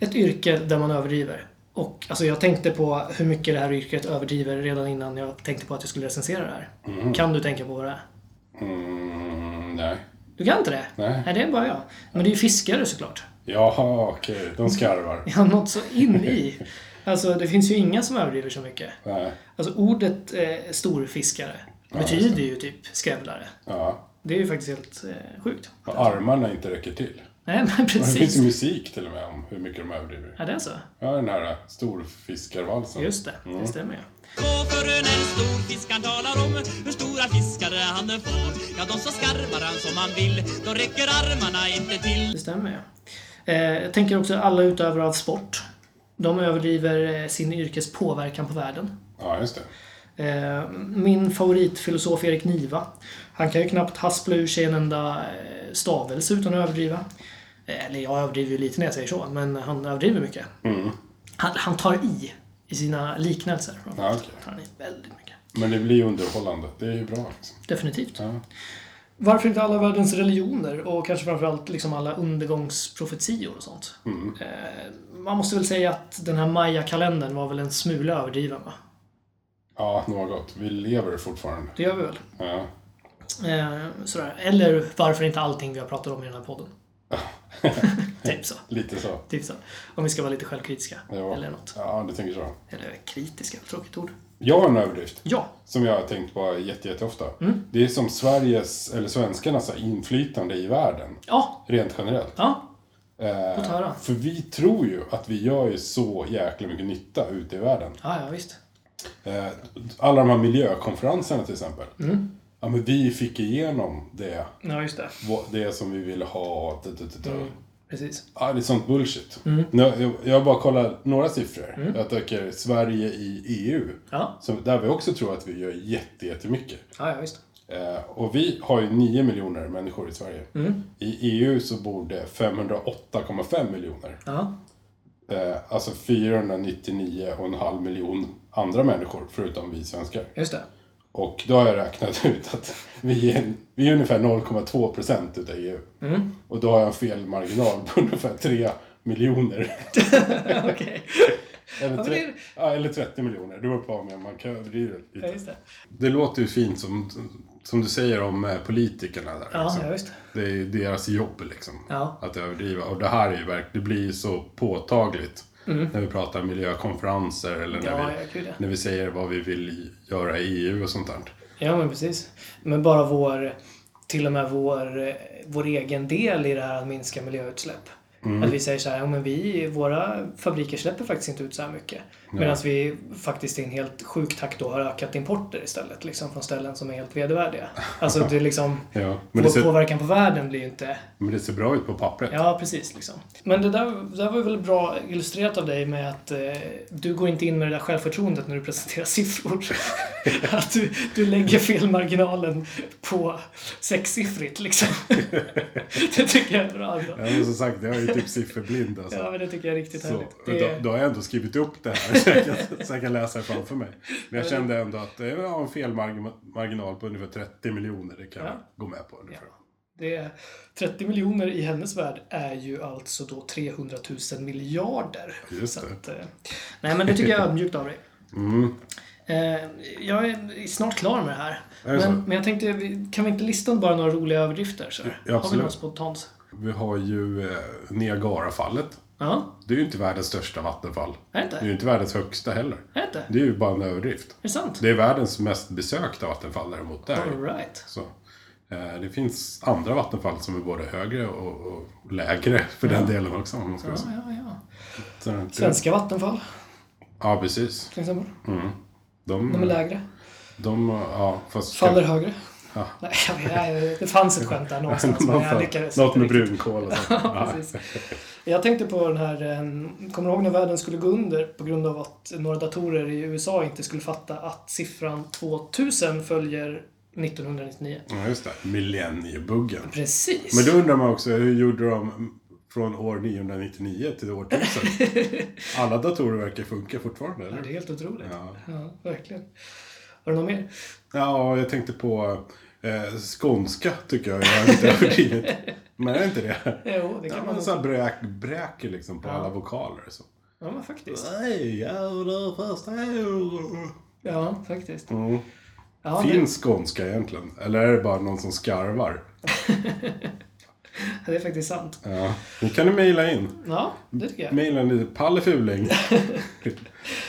A: Ett yrke där man överdriver. Och alltså, jag tänkte på hur mycket det här yrket överdriver redan innan jag tänkte på att jag skulle recensera det här. Kan du tänka på vad det är?
B: mm, nej.
A: Du kan inte det?
B: Nej.
A: det är bara jag. Men det är ju fiskare såklart.
B: Jaha, okej. De skarvar.
A: Ja, något så in i. Alltså, det finns ju inga som överdriver så mycket.
B: Nej.
A: Alltså, ordet eh, storfiskare betyder ju typ skrävlare.
B: Ja.
A: Det är ju faktiskt helt eh, sjukt.
B: Och armarna inte räcker till.
A: Nej, men
B: Det finns ju
A: precis.
B: musik till och med om hur mycket de överdriver.
A: Ja, det är så.
B: Ja, den här eh, storfiskarvalsen.
A: Just det, det stämmer ju.
H: Kåfören en stor fisk han talar om hur stora fiskar han får Ja, de så skarvar han som han vill, då räcker armarna inte till
A: Det stämmer ju. Eh, jag tänker också alla utövare av sport. De överdriver eh, sin yrkes påverkan på världen.
B: Ja, just det.
A: Eh, min favoritfilosof Erik Niva. Han kan ju knappt haspla ur sig en enda eh, stavelse utan att överdriva. Eh, Eller jag överdriver ju lite när jag säger så, men han överdriver mycket.
B: Mm.
A: Han, han tar i i sina liknelser.
B: Ja, okej.
A: Tar han i väldigt mycket.
B: Men det blir ju underhållande. Det är ju bra. Liksom.
A: Definitivt.
B: Ja.
A: Varför inte alla världens religioner och kanske framförallt liksom alla undergångsprofetior och sånt?
B: Mm.
A: Eh, man måste väl säga att den här Maya-kalendern var väl en smula överdriven va?
B: Ja, något. Vi lever fortfarande.
A: Det gör vi väl?
B: Ja.
A: Eh, sådär. Eller varför inte allting vi har pratat om i den här podden? typ så.
B: Lite så.
A: Typ så. Om vi ska vara lite självkritiska.
B: Ja.
A: Eller något.
B: Ja, du tänker så.
A: Eller kritiska, tråkigt ord.
B: Jag har en överdrift.
A: Ja,
B: Som jag har tänkt på jätte, jätteofta.
A: Mm.
B: Det är som Sveriges, eller svenskarnas inflytande i världen.
A: ja,
B: Rent generellt.
A: ja.
B: Eh,
A: Låt höra.
B: För vi tror ju att vi gör ju så jäkla mycket nytta ute i världen.
A: Ja, ja visst.
B: eh, alla de här miljökonferenserna till exempel.
A: Mm.
B: Ja, men vi fick igenom det,
A: Ja, just det.
B: vad- det som vi ville ha. Du, du, du,
A: Mm.
B: du.
A: Precis.
B: Ja, det är sånt bullshit. Nu, jag, jag bara kollar några siffror. Jag tycker Sverige i EU.
A: Ja,
B: Som, där vi också tror att vi gör jätte, jättemycket.
A: ja, ja visst.
B: Eh, och vi har ju 9 miljoner människor i Sverige. I EU så bor det 508,5 miljoner.
A: Ja,
B: Eh, alltså 499,5 miljon andra människor, förutom vi svenskar.
A: just det.
B: Och då har jag räknat ut att vi är, vi är ungefär 0,2 procent utav EU. Och då har jag en felmarginal på ungefär 3 miljoner.
A: Okej.
B: Eller,
A: men det
B: tre,
A: är-
B: ja, eller 30 miljoner, det beror på om man kan överdriva det
A: Ja,
B: lite.
A: just det.
B: Det låter ju fint som, som du säger om eh, politikerna där.
A: Ja,
B: liksom.
A: ja visst.
B: Det är ju deras jobb liksom.
A: Ja.
B: Att överdriva. Och det här är ju verkligen, det blir ju så påtagligt. När vi pratar miljökonferenser eller när,
A: Mm. Ja,
B: vi,
A: ja, gud, ja.
B: när vi säger vad vi vill göra i EU och sånt där.
A: Ja, men precis. Men bara vår, till och med vår, eh, vår egen del i det här att minska miljöutsläpp.
B: Mm.
A: Att vi säger så här, ja, men vi, våra fabriker släpper faktiskt inte ut så här mycket. Medan vi faktiskt i en helt sjuk takt då har ökat importer istället. Liksom från ställen som är helt vedervärdiga. Alltså det är liksom,
B: Ja, men, det
A: vår
B: ser,
A: påverkan på världen blir ju inte
B: men det ser bra ut på pappret.
A: Ja, precis. Liksom. Men det där, det där var ju väl bra illustrerat av dig med att eh, du går inte in med det där självförtroendet när du presenterar siffror. att du, du lägger felmarginalen på sexsiffrigt liksom. det tycker jag är bra. Alltså.
B: Ja, men som sagt, jag är ju typ sifferblind alltså.
A: Ja, men det tycker jag är riktigt
B: Så,
A: härligt.
B: då,
A: Det,
B: då har jag ändå skrivit upp det här så jag kan, så jag kan läsa det framför mig. Men jag kände ändå att eh, jag har en felmarginal på ungefär 30 miljoner. Det kan jag
A: Ja.
B: gå med på ungefär.
A: det, 30 miljoner i hennes värld är ju alltså då 300 000 miljarder.
B: Just
A: Så
B: det. Mm.
A: att, eh, nej, men det tycker jag är ödmjukt av dig. Eh, jag är snart klar med det här.
B: Är det
A: men,
B: så?
A: men jag tänkte, vi- kan vi inte lista bara några roliga överdrifter? Så?
B: Ja,
A: Har vi
B: absolut.
A: något spontant?
B: Vi har ju eh, Niagarafallet.
A: Ja,
B: Det är ju inte världens största vattenfall.
A: är det inte?
B: Det är ju inte världens högsta heller.
A: Är det inte? Är
B: Det är ju bara en överdrift.
A: det sant?
B: Det är världens mest besökta vattenfall däremot. Där.
A: All right.
B: Så, eh, det finns andra vattenfall som är både högre och, och lägre för den delen också. Om man ska
A: Ja,
B: säga.
A: ja, ja.
B: Så det är inte-
A: Svenska Vattenfall,
B: Ja, precis.
A: till exempel.
B: De,
A: De är lägre.
B: de, Mm. ja, fast
A: Faller högre.
B: Ja.
A: Nej, jag vet, nej, det fanns ett skämt där någonstans, alltså, men jag lyckades
B: Något
A: inte
B: med
A: riktigt.
B: brunkål och sånt. Ja,
A: Precis. Jag tänkte på den här, eh, kommer du ihåg när världen skulle gå under på grund av att några datorer i USA inte skulle fatta att siffran 2000 följer 1999?
B: Ja, just det. Millenniebuggen.
A: Precis!
B: Men då undrar man också, hur gjorde de från år 999 till år 1000? Alla datorer verkar funka fortfarande,
A: Ja, det
B: eller?
A: är helt otroligt. Ja.
B: Ja.
A: verkligen. Har du något mer?
B: ja, jag tänkte på eh, skånska, tycker jag. Jag har inte överdrivit. Men är det inte det?
A: Jo, det kan
B: Ja,
A: man
B: men så här bräk, bräker liksom på alla vokaler. Så.
A: Ja, men faktiskt.
B: Nej, jävlar fast
A: Ja, faktiskt.
B: mm.
A: Ja, det,
B: Finns skånska egentligen? Eller är det bara någon som skarvar?
A: det är faktiskt sant.
B: Ja, nu kan du mejla in.
A: Ja, det tycker jag.
B: Mejla lite pallefuling.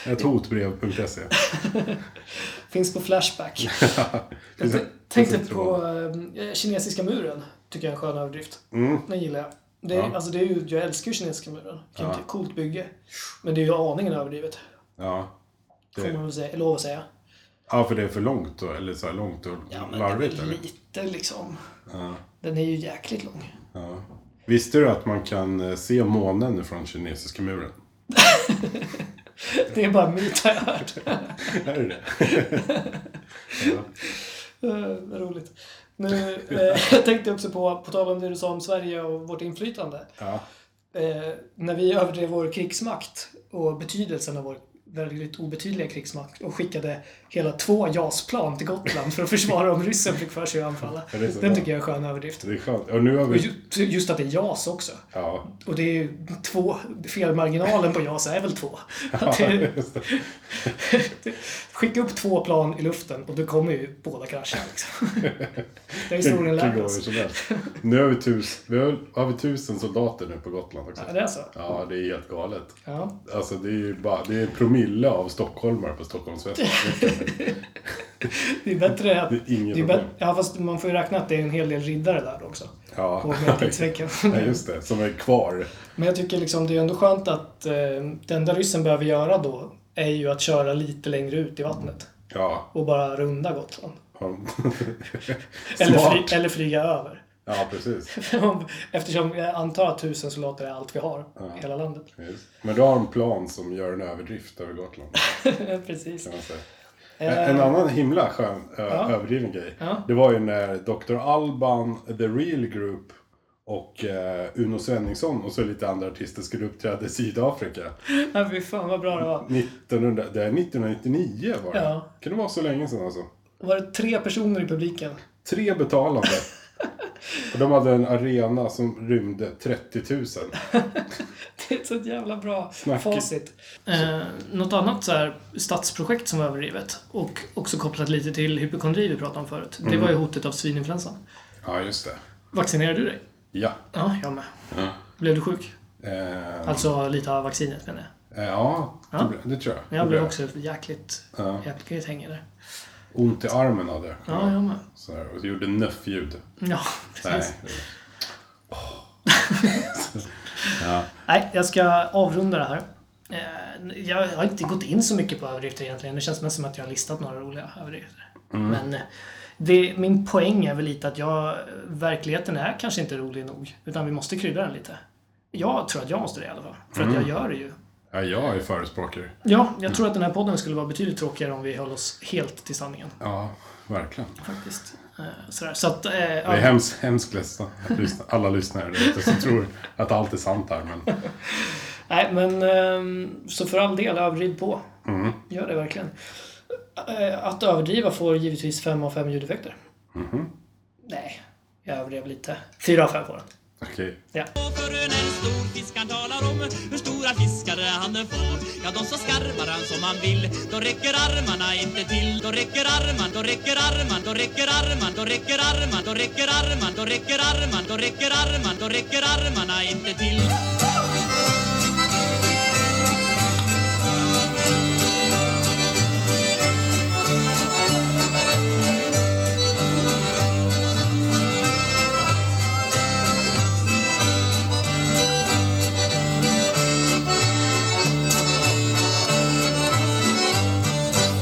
B: Ett hotbrev.se.
A: Finns på Flashback. Jag t- tänkte på eh, kinesiska muren. Tycker jag är en skön överdrift. Den gillar jag. Det är,
B: Mm. Ja.
A: alltså, det är ju, jag älskar ju kinesiska muren. Vilket coolt bygge. Men det är ju aningen överdrivet.
B: Ja.
A: Får man väl säga, lov att säga.
B: ja, för det är för långt då. Eller så här långt och
A: men
B: larvigt.
A: den är
B: Eller?
A: lite liksom. Den är ju jäkligt lång.
B: Ja. Visste du att man kan eh, se månen från kinesiska muren?
A: Det är bara en myt har jag hört.
B: Är det det?
A: Eh, vad roligt. Nu, eh, jag tänkte också på, på tal om det du sa om Sverige och vårt inflytande.
B: Ja.
A: Eh, när vi överdrev vår krigsmakt och betydelsen av vår väldigt obetydliga krigsmakt och skickade hela två JAS-plan till Gotland för att försvara om ryssen fick för sig att anfalla.
B: Ja, det är så
A: Den
B: bra.
A: tycker jag är en skön överdrift.
B: Det är skönt. Och nu har
A: Och
B: vi...
A: ju- just att det är JAS också.
B: Ja.
A: Och det är ju två, felmarginalen på JAS är väl två. Att det är-
B: just det.
A: Skicka upp två plan i luften och då kommer ju båda krascha. Liksom. Det är historien
B: Hur
A: lärt
B: går
A: oss.
B: som helst. Nu har vi, tus... vi har... har vi tusen soldater nu på Gotland också.
A: Ja, det är så?
B: Ja, det är helt galet.
A: Ja.
B: Alltså det är ju bara, det är promille av stockholmare på Stockholmsfesten.
A: Det är bättre att...
B: Det är inget
A: det är bä-
B: problem.
A: ja, fast man får ju räkna att det är en hel del riddare där också. På
B: Ja.
A: mätningsveckan.
B: ja, just det. Som är kvar.
A: Men jag tycker liksom det är ändå skönt att eh, det enda ryssen behöver göra då är ju att köra lite längre ut i vattnet
B: Ja.
A: och bara runda Gotland.
B: Ja.
A: Eller,
B: Smart.
A: fly, eller flyga över.
B: Ja, precis.
A: Eftersom jag antar att tusen soldater är allt vi har i hela landet.
B: Precis. Men du har en plan som gör en överdrift över Gotland.
A: Precis.
B: kan man säga. En en annan himla skön ö- överdriven grej.
A: Eh. Ja.
B: Det var ju när Dr. Alban, The Real Group och eh, Uno Svenningsson och så lite andra artister skulle uppträda i Sydafrika.
A: Ja, fy fan vad bra det var.
B: 1900, det är 1999 var det.
A: Ja.
B: Kan det vara så länge sedan alltså?
A: Var det tre personer i publiken?
B: Tre betalande. och de hade en arena som rymde 30 000.
A: Det är ett sånt jävla bra
B: Snackigt.
A: facit. Eh, något annat så här, stadsprojekt som var överdrivet och också kopplat lite till hypokondri vi pratade om förut. Det var ju hotet av svininfluensan.
B: Ja, just det.
A: Vaccinerade du dig?
B: Ja.
A: Ja, jag med. Blev du sjuk?
B: Eh,
A: Alltså lite av vaccinet menar jag.
B: eh, ja, det,
A: Ja.
B: det tror jag.
A: Men
B: Det
A: jag blev
B: blev.
A: också jäkligt,
B: Ja.
A: jäkligt hängig där.
B: Ont i armen hade jag.
A: Ja, jag med.
B: Så här, och det gjorde nöff-ljud.
A: Ja,
B: Nej.
A: precis. Nej, jag ska avrunda det här. Eh, Jag har inte gått in så mycket på överdrifter egentligen. Det känns mest som att jag har listat några roliga överdrifter. Men eh, det, min poäng är väl lite att jag, verkligheten är kanske inte rolig nog. Utan vi måste krydda den lite. Jag tror att jag måste det i alla fall. För att jag gör det ju.
B: Ja, jag är förespråkare.
A: Ja, jag tror att den här podden skulle vara betydligt tråkigare om vi höll oss helt till sanningen.
B: Ja, verkligen.
A: Faktiskt. Eh, Sådär. Så att, eh,
B: Det är hemskt, hemskt ledsna att lyssna, alla lyssnare där ute som tror att allt är sant här. Men
A: Nej, men ehm, så för all del, överdriv på. Gör det verkligen. Eh, Att överdriva får givetvis fem av fem ljudeffekter. Nej, jag överdrev lite. fyra av fem får den.
B: okej.
A: Ja.
H: För när storfiskaren talar om hur stora fiskare han får Ja, de så skarvar han som han vill Då räcker armarna inte till Då räcker arman, då räcker arman, då räcker arman Då räcker arman, då räcker arman, då räcker arman Då räcker arman, då räcker armarna inte till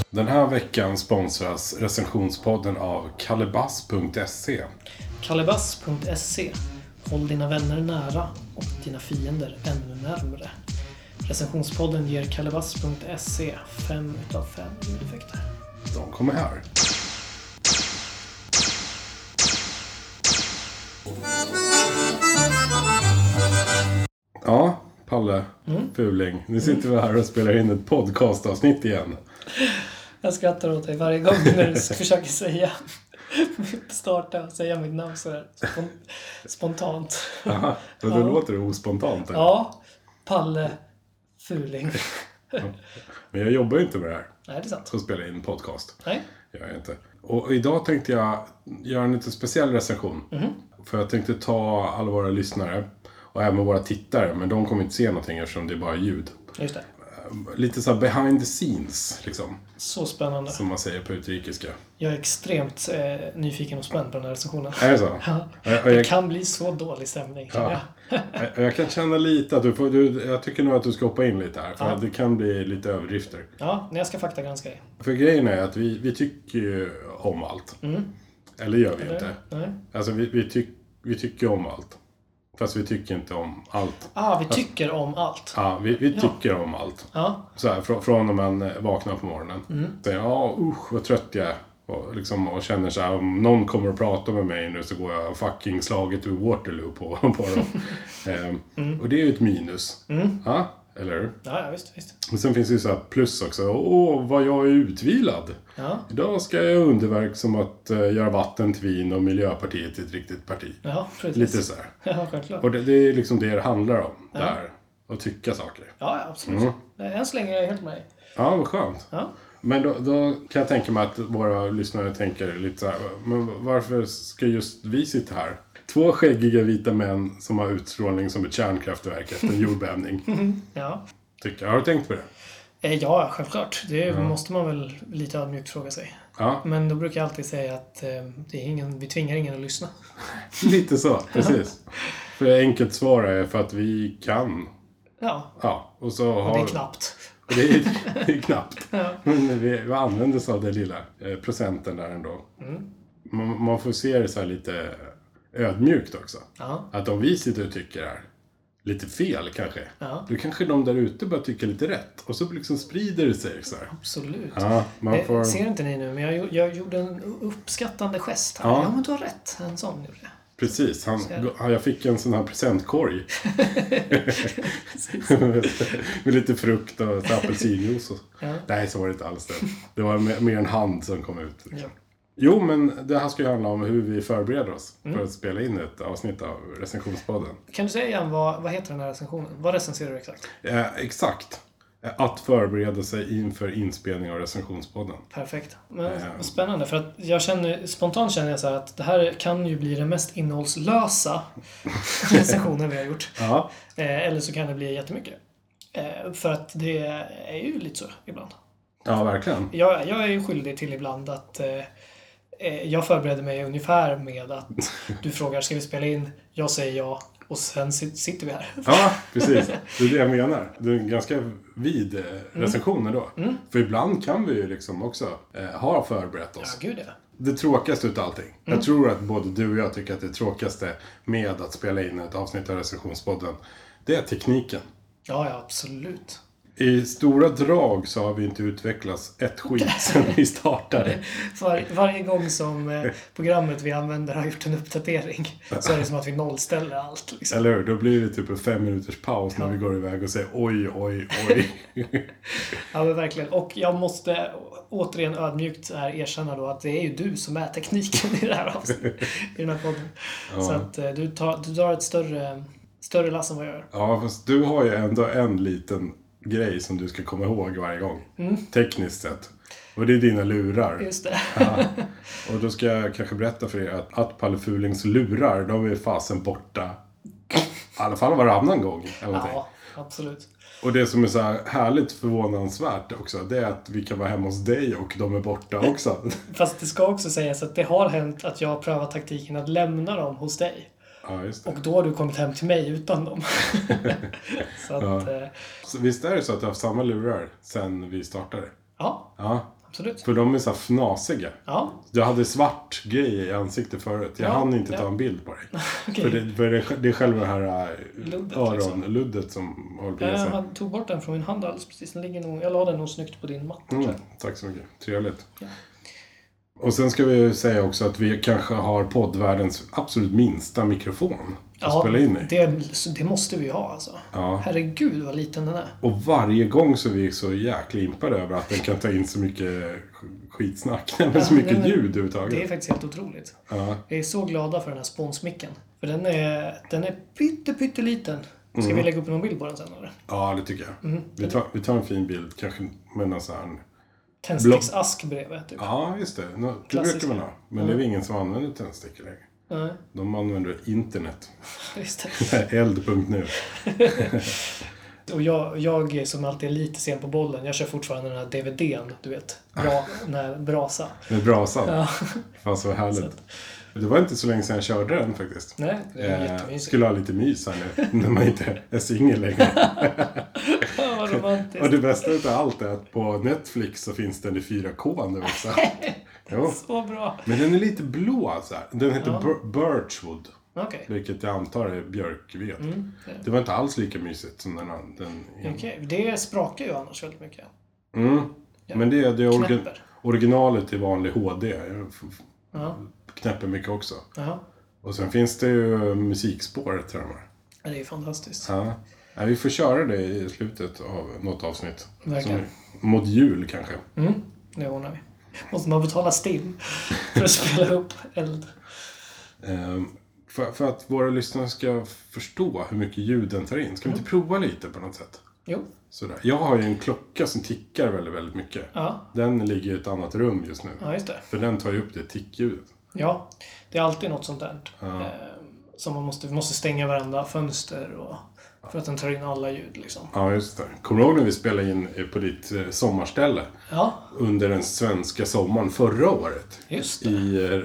B: Den här veckan sponsras recensionspodden av kalebas.se.
A: Kalebas.se Håll dina vänner nära och dina fiender ännu närmre. Recensionspodden ger kalebas.se fem utav fem ljudeffekter.
B: De kommer här. Ja, Palle Fuling. Nu sitter vi här och spelar in ett podcastavsnitt igen.
A: Jag skrattar åt dig varje gång när du försöker säga starta, säga mitt namn sådär spon- spontant.
B: Aha, då låter det ospontant.
A: Ja, Palle Fuling.
B: Men jag jobbar ju inte med det här.
A: Nej, det är sant.
B: Så spelar jag in podcast.
A: Nej.
B: Jag gör inte. Och idag tänkte jag göra en lite speciell recension. För jag tänkte ta alla våra lyssnare och även våra tittare. Men de kommer inte se någonting eftersom det är bara ljud.
A: Just det.
B: Lite så här behind the scenes, liksom.
A: Så spännande.
B: Som man säger på utrikiska.
A: Jag är extremt eh, nyfiken och spänd på den här recensionen.
B: Är det så?
A: Ja.
B: Och
A: Det
B: jag,
A: kan bli så dålig stämning. kan
B: ja.
A: jag.
B: Och jag kan känna lite att du får... Du, jag tycker nog att du ska hoppa in lite här. För det kan bli lite överdrifter.
A: Ja, när jag ska faktagranska dig.
B: För grejen är att vi, vi tycker ju om allt.
A: Mm.
B: Eller gör vi inte.
A: Nej.
B: Alltså vi, vi, tyck, vi tycker om allt. Fast vi tycker inte om allt.
A: Ah, vi tycker om allt.
B: Ja, vi, vi tycker om allt.
A: Ja,
B: Så här, från, från när man eh, vaknar på morgonen.
A: Mm.
B: Säger ja, usch vad trött jag är. Och, liksom, och känner så här, om någon kommer och pratar med mig nu så går jag fucking slaget ur Waterloo på, på dem. Ehm,
A: Mm.
B: Och det är ju ett minus. Ja, eller hur?
A: ja, ja visst, visst.
B: Och sen finns det ju så här plus också. Åh, vad jag är utvilad.
A: Ja.
B: Idag ska jag göra underverk som att eh, göra vatten till vin och Miljöpartiet till ett riktigt parti.
A: Ja, precis.
B: Lite så här.
A: Ja, självklart.
B: Och det, det är liksom det det handlar om. Där. Att tycka saker.
A: Ja, ja, absolut.
B: Mm.
A: Nej, Än så länge är jag helt med dig.
B: Ja, vad skönt.
A: Ja.
B: Men då, då kan jag tänka mig att våra lyssnare tänker lite så här. Men varför ska just vi sitta här? Två skäggiga vita män som har utstrålning som ett kärnkraftverk efter en jordbävning.
A: Ja.
B: Tycker jag. Har du tänkt på det?
A: Eh, Ja, självklart. Det måste man väl lite ödmjukt fråga sig.
B: Ja.
A: Men då brukar jag alltid säga att eh, det är ingen, vi tvingar ingen att lyssna.
B: Lite så, precis. För enkelt svar är för att vi kan.
A: Ja,
B: Ja, och så
A: och det är
B: har,
A: knappt.
B: Det är, det är knappt. Men vi, vi använder oss av den lilla eh, procenten där ändå.
A: Mm.
B: Man, man får se det så här lite ödmjukt också.
A: Ja.
B: Att om vi sitter och tycker här, lite fel kanske.
A: Ja.
B: Då kanske de där ute bara tycker lite rätt. Och så liksom sprider det sig så här.
A: Absolut.
B: Ja, man
A: Eh,
B: får...
A: Ser inte ni nu, men jag, jag gjorde en uppskattande gest här.
B: Ja.
A: Ja, men du har rätt. En sån gjorde jag.
B: Precis, han,
A: Ska-
B: han- jag fick en sån här presentkorg. med, med lite frukt och så apelsinjuice. Och.
A: Ja.
B: Nej, så var det inte alls det. Det var mer, mer en hand som kom ut. liksom.
A: Ja.
B: Jo, men det här ska ju handla om hur vi förbereder oss
A: Mm.
B: för att spela in ett avsnitt av recensionspodden.
A: Kan du säga igen vad, vad heter den här recensionen? Vad recenserar du exakt?
B: Eh, exakt. Eh, Att förbereda sig inför inspelning av recensionspodden.
A: Perfekt. Men,
B: Ehm.
A: Spännande, för att jag känner, spontant känner jag så här att det här kan ju bli den mest innehållslösa recensionen vi har gjort.
B: Ja,
A: Eh, eller så kan det bli jättemycket. Eh, för att det är ju lite så ibland.
B: ja verkligen.
A: Jag, jag är ju skyldig till ibland att eh, eh, jag förbereder mig ungefär med att du frågar ska vi spela in? Jag säger ja och sen sit- sitter vi här.
B: Ja, precis. Det är det jag menar. Det är en ganska vid eh, recension ändå. För ibland kan vi ju liksom också eh, ha förberett
A: Ja,
B: oss.
A: gud ja.
B: Det tråkigaste utav allting. Jag tror att både du och jag tycker att det tråkigaste med att spela in ett avsnitt av recensionspodden, det är tekniken.
A: Ja, ja, absolut.
B: I stora drag så har vi inte utvecklats ett skit sedan vi startade.
A: Var, varje gång som eh, programmet vi använder har gjort en uppdatering så är det som att vi nollställer allt. Liksom.
B: Eller hur? Då blir det typ en fem minuters paus när vi går iväg och säger oj, oj, oj.
A: Ja, men verkligen. Och jag måste återigen ödmjukt här erkänna då att det är ju du som är tekniken i det här avsnittet, i den här podden. Så att eh, du tar, du tar ett större, större lass än vad jag gör.
B: Ja, fast du har ju ändå en liten grej som du ska komma ihåg varje gång. Tekniskt sett. Och det är dina lurar.
A: Mm. Just det.
B: Och då ska jag kanske berätta för er att, att Palle Fulings lurar, de är fasen borta. I alla fall varannan gång. Eller någonting.
A: Ja, absolut.
B: Och det som är så här härligt förvånansvärt också, det är att vi kan vara hemma hos dig och de är borta också.
A: Fast det ska också sägas att det har hänt att jag har prövat taktiken att lämna dem hos dig.
B: Ja, just det.
A: Och då har du kommit hem till mig utan dem. så att, eh,
B: Så visst är det så att du har haft samma lurar sen vi startade?
A: ja,
B: Ja,
A: absolut.
B: för de är så här fnasiga.
A: Ja,
B: Du hade svart grej i ansiktet förut. Jag
A: Ja,
B: hann inte ta
A: ja.
B: en bild på dig.
A: okej.
B: För, det, för det, det är själva det här äh,
A: Luddet, liksom.
B: öronluddet som håller på att
A: Jag
B: resa.
A: hade- Eh, tog bort den från min hand alldeles precis. Den ligger nog, jag la den nog snyggt på din matta. tror
B: Mm,
A: jag.
B: tack så mycket. Trevligt. Och sen ska vi säga också att vi kanske har poddvärldens absolut minsta mikrofon att spela in i.
A: det, det måste vi ju ha alltså.
B: Ja.
A: Herregud vad liten den är.
B: Och varje gång så är vi så jäkla impade över att den kan ta in så mycket skitsnack. Nej, men så
A: Ja,
B: mycket
A: nej, men
B: ljud
A: Det är
B: överhuvudtaget.
A: faktiskt helt otroligt.
B: Ja.
A: Jag är så glada för den här sponsmicken. För den är, den är pytte, pytteliten. Ska vi
B: Mm.
A: lägga upp någon bild på den sen eller?
B: ja, det tycker jag.
A: Mm.
B: Vi, tar, vi tar en fin bild, kanske med någon sån här
A: Tändsticksask bredvid typ.
B: Ja, just det. Nå- Det brukar
A: Klassiska.
B: man ha. Men det är väl ingen som använder tändstickor längre.
A: Nej,
B: De använder internet.
A: just
B: Eld.nu.
A: det. Och jag, jag som alltid är lite sen på bollen, jag kör fortfarande den här DVDn, du vet. Bra, den här brasa.
B: Med brasan. Fan så härligt. Det var inte så länge sedan jag körde den faktiskt.
A: Nej, det är
B: Eh,
A: jättemysigt.
B: skulle ha lite mys här nu när man inte är singel längre.
A: Ja, vad romantiskt.
B: Och det bästa utav allt är att på Netflix så finns den i 4K nu också. Jo.
A: Så bra.
B: Men den är lite blå så här. Den heter Bir- Birchwood.
A: Okej.
B: Vilket jag antar är björkved.
A: Mm,
B: Det var inte alls lika mysigt som den, an- den
A: Okej, det sprakar ju annars väldigt mycket.
B: Mm. Men det, det är orgi-
A: Knäpper.
B: originalet i vanlig HD. Jag f- f-
A: Ja.
B: Knäpper mycket också.
A: Jaha.
B: Och sen finns det ju musikspår till de här.
A: Ja, Det är ju fantastiskt.
B: Ja. Ja, vi får köra det i slutet av något avsnitt.
A: Verkligen.
B: Som- Mot jul kanske.
A: Det ordnar vi. Måste man betala STIM för att spela upp eld?
B: Ehm, för, för att våra lyssnare ska förstå hur mycket ljud den tar in. Ska vi inte
A: Mm.
B: prova lite på något sätt?
A: Jo.
B: Sådär. Jag har ju en klocka som tickar väldigt, väldigt mycket.
A: Ja.
B: Den ligger i ett annat rum just nu.
A: Ja, just det.
B: För den tar ju upp det tickljudet.
A: Ja, det är alltid något sånt där. Eh, Som man måste, vi måste stänga varenda fönster och, för att den tar in alla ljud liksom.
B: Ja, just det. Kommer du ihåg när vi spelade in eh, på ditt eh, sommarställe?
A: Ja,
B: Under den svenska sommaren förra året.
A: just det.
B: I eh,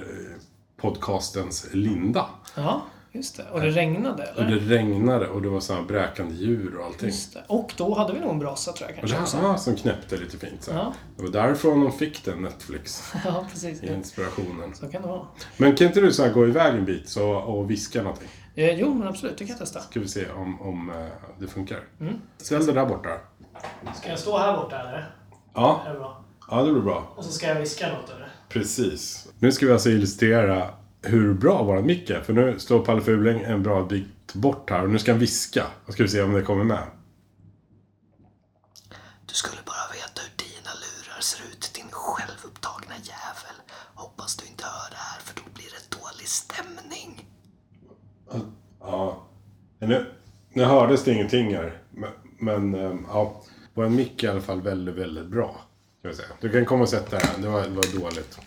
B: podcastens linda.
A: Ja, Just det. Och det regnade,
B: Och
A: eller?
B: det regnade och det var så här bräkande djur och allting.
A: Just det. Och då hade vi nog en brasa, tror jag
B: Och det
A: kanske. också.
B: här ah, som knäppte lite fint. Så här.
A: Ja.
B: Det var därifrån de fick den, Netflix.
A: Ja, precis.
B: Inspirationen.
A: Så kan det vara.
B: Men kan inte du så här gå iväg en bit så, och viska någonting?
A: Eh, jo, men absolut. Det kan jag testa.
B: Ska vi se om, om eh, det funkar.
A: Mm.
B: Ställ det där borta.
A: Ska jag stå här borta, eller?
B: Ja,
A: Är det bra?
B: ja det blir bra.
A: Och så ska jag viska något, eller?
B: Precis. Nu ska vi alltså illustrera hur bra våran mick är. För nu står Palle Fuling en bra bit bort här och nu ska han viska. Och ska vi se om det kommer med.
D: Du skulle bara veta hur dina lurar ser ut, din självupptagna jävel. Hoppas du inte hör det här, för då blir det dålig stämning.
B: Ja. Men Nu, nu hördes det ingenting här. Men, men ehm, ja. Våran mick är i alla fall väldigt, väldigt bra. Kan vi säga. Du kan komma och sätta den. Det var, det var dåligt.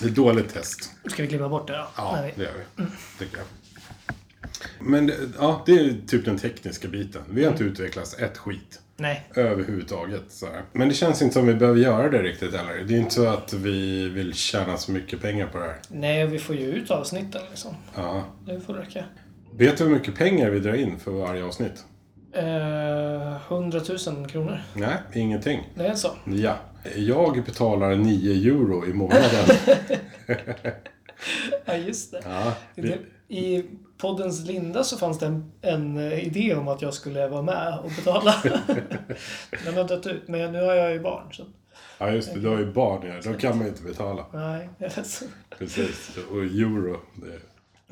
B: Det är ett dåligt test.
A: Ska vi klippa bort det då?
B: Ja,
A: Nej, vi-
B: det gör vi. Tycker jag. Men det- ja, det är typ den tekniska biten. Vi har inte utvecklats ett skit.
A: Nej.
B: Överhuvudtaget. Så här. Men det känns inte som vi behöver göra det riktigt heller. Det är inte så att vi vill tjäna så mycket pengar på det här.
A: Nej, vi får ju ut avsnitten liksom.
B: Ja.
A: Det får räcka.
B: Vet du hur mycket pengar vi drar in för varje avsnitt?
A: Eh, 100 000 kronor.
B: Nej, ingenting.
A: Det är så.
B: Ja. Jag betalar 9 euro i månaden.
A: Ja, just det.
B: Ja, vi,
A: Det- I poddens linda så fanns det en, en eh, idé om att jag skulle vara med och betala. Den har dött ut, men nu har jag ju barn. Så.
B: ja, just det. Du har ju barn. Ja. Då kan man ju inte betala.
A: Nej, jag är ledsen.
B: Precis. Och euro. Det,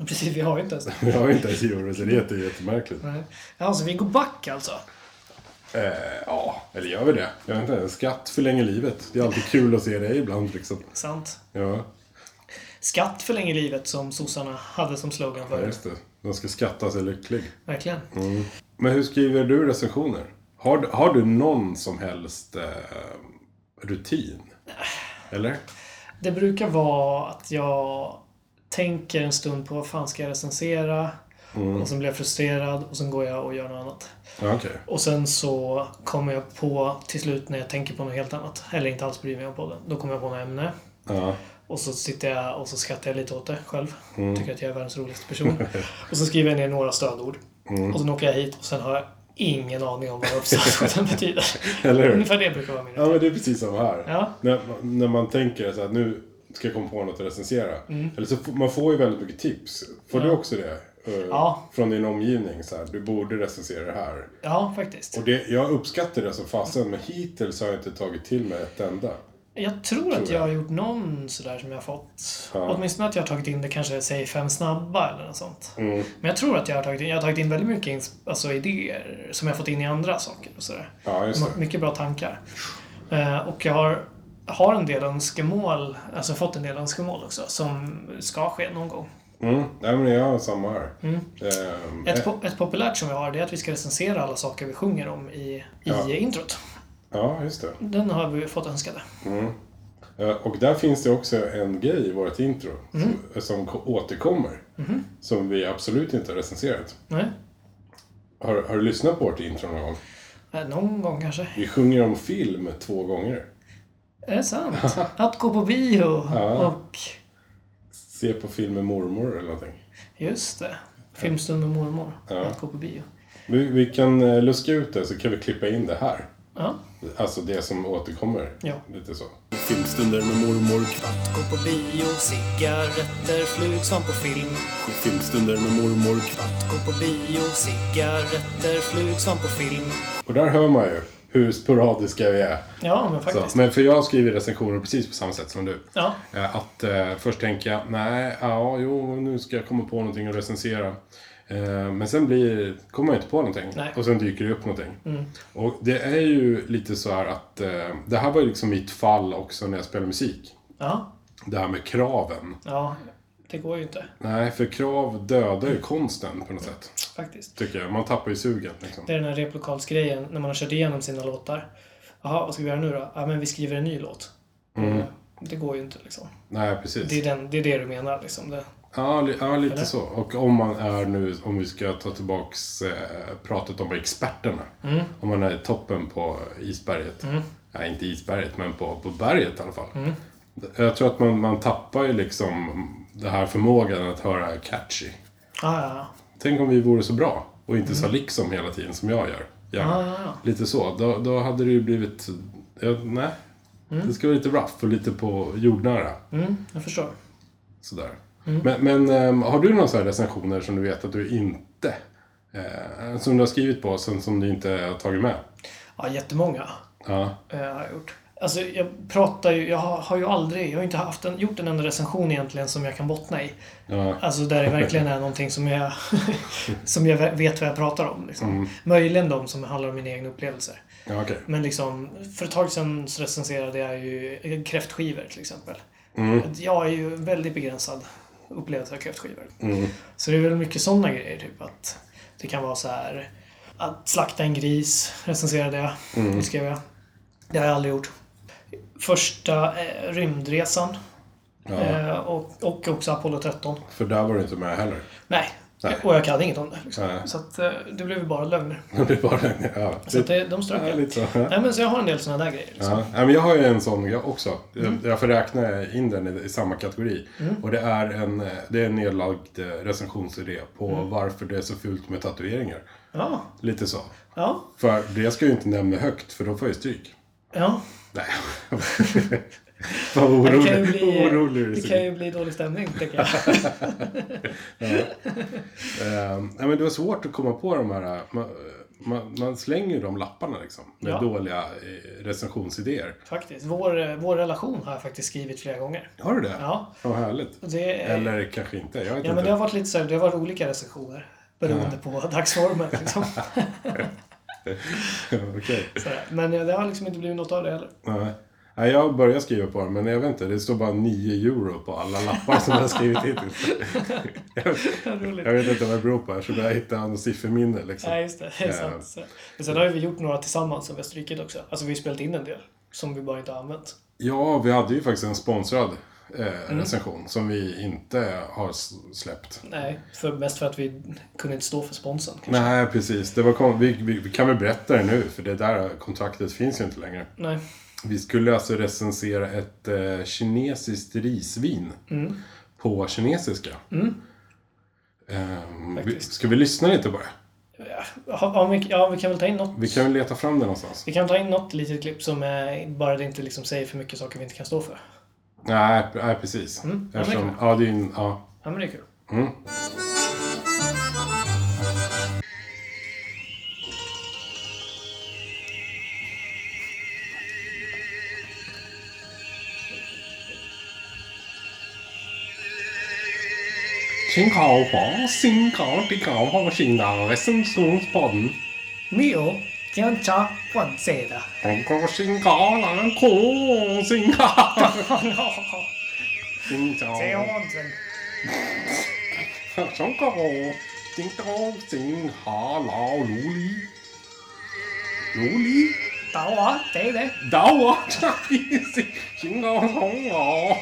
A: Precis, vi har ju inte ens det.
B: jag har ju inte ens euro, så det är jätte- jättemärkligt.
A: Nej. Ja, så vi går back alltså.
B: Eh, ja, eller gör vi det? Jag vet inte, skatt förlänger livet. Det är alltid kul att se dig ibland liksom.
A: Sant.
B: Ja,
A: Skatt förlänger livet som sossarna hade som slogan
B: ja,
A: förut.
B: just det. De ska skatta sig lycklig.
A: Verkligen.
B: Men hur skriver du recensioner? Har, du- har du någon som helst eh, rutin? Eller?
A: Det brukar vara att jag tänker en stund på vad fan ska jag recensera?
B: Mm.
A: Och sen blir jag frustrerad och sen går jag och gör något annat.
B: Ja, okej.
A: Och sen så kommer jag på till slut när jag tänker på något helt annat. Eller inte alls bryr mig om podden. Då kommer jag på något ämne.
B: Ja.
A: Och så sitter jag och så skrattar jag lite åt det själv.
B: Mm.
A: Tycker att jag är världens roligaste person. och så skriver jag ner några stödord.
B: Mm.
A: Och sen åker jag hit och sen har jag ingen aning om vad uppsatsen betyder.
B: Eller hur?
A: Ungefär det brukar vara min
B: Ja, men det är precis som här.
A: Ja.
B: När, när man tänker så att nu ska jag komma på något att recensera.
A: Mm.
B: Eller så, får- man får ju väldigt mycket tips. Får du också det? Eh,
A: Ja.
B: Från din omgivning så här, du borde recensera det här.
A: Ja, faktiskt.
B: Och det, jag uppskattar det som fasen, men hittills har jag inte tagit till mig ett enda.
A: Jag tror att
B: Tror jag.
A: jag har gjort någon sådär som jag har fått.
B: Ja.
A: Åtminstone att jag har tagit in det kanske, säg fem snabba eller något sånt.
B: Mm.
A: Men jag tror att jag har tagit in, jag har tagit in väldigt mycket ins- alltså, idéer som jag har fått in i andra saker och sådär.
B: Ja, just
A: M- Mycket bra tankar. Eh, och jag har, har en del önskemål, alltså fått en del önskemål också, som ska ske någon gång.
B: det. Mm. Nej, men jag har samma här.
A: Mm.
B: Ehm,
A: Ett,
B: eh,
A: po- ett populärt som jag har, det är att vi ska recensera alla saker vi sjunger om i, i
B: Ja.
A: introt.
B: ja, just det.
A: Den har vi fått önskade.
B: Eh, Och där finns det också en grej i vårt intro som, som ko- återkommer. Som vi absolut inte har recenserat.
A: Nej?
B: Har, har du lyssnat på vårt intro någon gång?
A: Eh, Någon gång kanske.
B: Vi sjunger om film två gånger.
A: Är det sant? Att gå på bio och...
B: Se på film med mormor eller någonting.
A: Just det. Filmstund med mormor.
B: Ja.
A: Att gå på bio.
B: Vi, vi kan eh, luska ut det så kan vi klippa in det här.
A: Ja.
B: Alltså det som återkommer.
A: Ja.
B: Lite så.
C: Filmstunder med mormor.
D: Att gå på bio, cigaretter, flug som på film.
C: Filmstunder med mormor.
D: Att gå på bio, cigaretter, flug som på film.
B: Och där hör man ju hur sporadiska vi är.
A: Ja, men
B: Så,
A: faktiskt.
B: men för jag skriver recensioner precis på samma sätt som du.
A: Ja.
B: Eh, Att eh, först tänker jag, nej, ja, jo, nu ska jag komma på någonting att recensera. Eh, men sen blir, kommer jag inte på någonting.
A: Nej. Mm.
B: Och sen dyker det upp någonting. Och det är ju lite så här att, eh, det här var ju liksom mitt fall också när jag spelar musik.
A: Ja.
B: Det här med kraven.
A: Ja. Det går ju inte.
B: Nej, för krav dödar ju konsten på något sätt.
A: Faktiskt.
B: Tycker jag. Man tappar ju sugen liksom.
A: Det är den här replokalsgrejen när man har kört igenom sina låtar. Jaha, vad ska vi göra nu då? Ja, men vi skriver en ny låt.
B: Mm.
A: Eh, Det går ju inte liksom.
B: Nej, precis.
A: Det är, den, det, är det du menar liksom. Det,
B: Ja, li- ja, lite
A: Eller?
B: så. Och om man är nu, om vi ska ta tillbaks eh, pratet om experterna.
A: Mm.
B: Om man är toppen på isberget. Nej, inte isberget, men på, på berget i alla fall.
A: Mm.
B: Jag tror att man, man tappar ju liksom det här förmågan att höra catchy.
A: Ah, Ja, ja,
B: Tänk om vi vore så bra och inte sa liksom hela tiden som jag gör. Gärna.
A: Mm. Ja, ja, ja.
B: Lite så. Då, då hade det ju blivit... Ja, nej.
A: Mm.
B: Det ska vara lite rough och lite på jordnära.
A: ja. Mm, jag förstår.
B: Sådär.
A: Mm.
B: Men, men ehm, har du några sådana recensioner som du vet att du inte... Eh, som du har skrivit på sen som du inte har tagit med?
A: Ja, jättemånga
B: Ja.
A: eh, har jag gjort. Alltså, jag pratar ju, jag har, har ju aldrig, jag har inte haft en, gjort en enda recension egentligen som jag kan bottna i.
B: ja.
A: Alltså där det verkligen är någonting som jag, som jag vet vad jag pratar om. Liksom. Möjligen de som handlar om mina egna upplevelser.
B: Ja, okej.
A: Men liksom, för ett tag sedan så recenserade jag ju kräftskivor till exempel.
B: Mm.
A: Jag är ju väldigt begränsad upplevelse av kräftskivor.
B: Mm.
A: Så det är väl mycket sådana grejer. Typ att det kan vara så här att slakta en gris recenserade jag. Det
B: Mm.
A: skrev jag. Det har jag aldrig gjort. Första eh, rymdresan. Eh, och, och också Apollo 13.
B: För där var du inte med heller.
A: Nej.
B: Nej.
A: Och jag hade inget om det. Liksom.
B: Nej.
A: Så att, eh, det blev ju bara lögner.
B: Det blir bara den. Ja.
A: Så att det, de strök
B: Ja,
A: jag.
B: lite så. Ja.
A: Nej, men så jag har en del sådana där grejer. Liksom.
B: Ja, nej, men jag har ju en sån jag också. Jag-
A: Mm.
B: Jag får räkna in den i, i samma kategori. Och det är en, eh, det är en nedlagd eh, recensionsidé på
A: Mm.
B: varför det är så fult med tatueringar.
A: Ja.
B: Lite så.
A: Ja.
B: För det ska jag ju inte nämna högt, för då får jag ju stryk.
A: Ja.
B: Nej. Vad orolig,
A: det kan ju bli,
B: orolig du
A: det
B: ser
A: kan
B: ut.
A: ju bli dålig stämning, tänker jag.
B: Ehm, nej, men det var svårt att komma på de här... eh, Man, man, man slänger ju de lapparna liksom. Med
A: Ja.
B: dåliga eh, recensionsidéer.
A: faktiskt. Vår, vår relation har jag faktiskt skrivit flera gånger.
B: Har du det?
A: Ja.
B: Vad härligt.
A: Och det, är-
B: Eller kanske inte. Jag vet
A: ja, men
B: inte.
A: det har varit lite så här, det har varit olika recensioner. Beroende på dagsformen. Liksom.
B: Okej.
A: Så här. Men det har liksom inte blivit något av det heller.
B: Nej. Nej, jag börjar skriva på den, men jag vet inte. Det står bara 9 euro på alla lappar som jag har skrivit hittills. jag, vet,
A: Roligt.
B: jag vet inte vad det beror på. Jag skulle börja hitta något sifferminne liksom.
A: Nej, just det. det är sant. Så. Men sen har ju vi gjort några tillsammans som vi har strykit också. Alltså vi har ju spelat in en del. Som vi bara inte har använt.
B: Ja, vi hade ju faktiskt en sponsrad eh,
A: Mm.
B: recension som vi inte har s- släppt.
A: Nej, för, mest för att vi kunde inte stå för sponsen. kanske.
B: Nej, precis. Det var kom- vi, vi, vi kan väl berätta det nu, för det där kontraktet finns ju inte längre.
A: Nej.
B: Vi skulle alltså recensera ett eh, kinesiskt risvin
A: Mm.
B: på kinesiska. Ehm, vi,
A: Faktiskt.
B: ska vi lyssna lite på det?
A: Ja, ja, vi, ja, vi kan väl ta in något.
B: Vi kan väl leta fram det någonstans?
A: Vi kan ta in något litet klipp som är, bara det inte liksom säger för mycket saker vi inte kan stå för.
B: Nej, p- nej precis.
A: Mm. ja,
B: Eftersom,
A: men det
B: ja, det är en, ja.
A: Ja, men det är kul. Mio, Tiancha, Huanzeda. Dawa, Dede.
B: 打我，差一些，警告同我。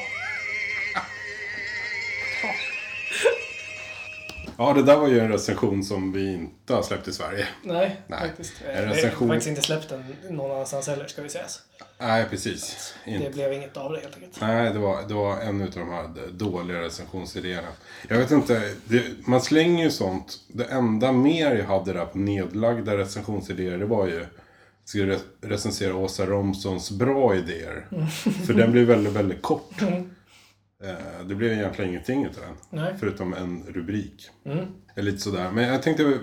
B: Ja, det där var ju en recension som vi inte har släppt i Sverige.
A: Nej,
B: Nej.
A: faktiskt.
B: En
A: Eh, Vi har
B: recension.
A: faktiskt inte släppt den någon annanstans heller, ska vi säga.
B: Nej, precis. Inte.
A: Det blev inget av det helt enkelt.
B: Nej, det var, det var en utav de här d- dåliga recensionsidéerna. Jag vet inte, det, man slänger ju sånt. Det enda mer jag hade där på nedlagda recensionsidéer, det var ju ska re- recensera Åsa Romsons bra idéer. För den blev väldigt, väldigt kort. Eh, Det blev egentligen ingenting utav den.
A: Nej.
B: Förutom en rubrik. Det är lite sådär. Men jag tänkte,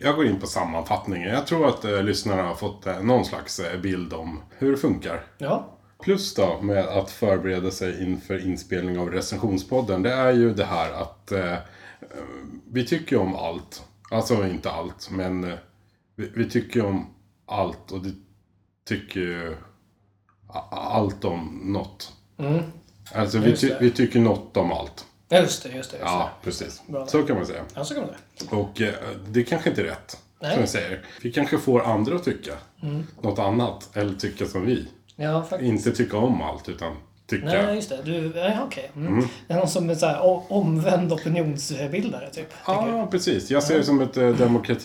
B: jag går in på sammanfattningen. Jag tror att eh, lyssnarna har fått eh, någon slags eh, bild om hur det funkar.
A: Ja,
B: Plus då med att förbereda sig inför inspelning av recensionspodden, det är ju det här att eh, vi tycker ju om allt. Alltså inte allt, men eh, vi, vi tycker ju om allt och det tycker ju a- allt om något. Alltså vi,
A: Mm. Just
B: ty,
A: det.
B: vi tycker något om allt.
A: Ja, just det, just det. Just
B: Ja,
A: det.
B: precis.
A: Bra.
B: Så kan man säga.
A: Ja, så kan man säga.
B: Och eh, det kanske inte är rätt,
A: Nej. Mm.
B: som jag säger. Vi kanske får andra att tycka något annat, eller tycka som vi.
A: Ja, faktiskt.
B: Inte tycka om allt, utan tycka...
A: Nej, just det. Du, ja, okej. Mm. Det är någon som är så här, o- omvänd opinionsbildare, typ. tänker jag.
B: Ja, precis. Jag ser det som ett eh,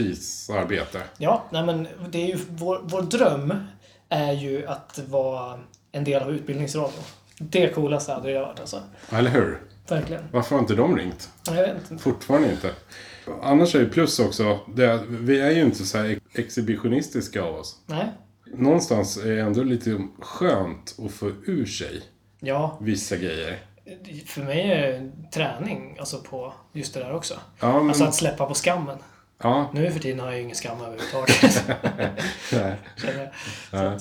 B: demokratisarbete.
A: Ja, nej men det är ju vår, vår dröm är ju att vara en del av utbildningsradion. Det coolaste hade det varit alltså.
B: Eller hur?
A: verkligen.
B: Varför har inte de ringt?
A: Jag vet inte.
B: Fortfarande inte. Annars är ju plus också, det, är att vi är ju inte så här exhibitionistiska av oss.
A: Nej.
B: Någonstans är det ändå lite skönt att få ur sig
A: Ja,
B: vissa grejer.
A: för mig är träning alltså på just det där också.
B: Ja, men,
A: Alltså att släppa på skammen.
B: ja,
A: Nu för tiden har jag ju ingen skam överhuvudtaget.
B: nej.
A: känner jag.
B: Ja.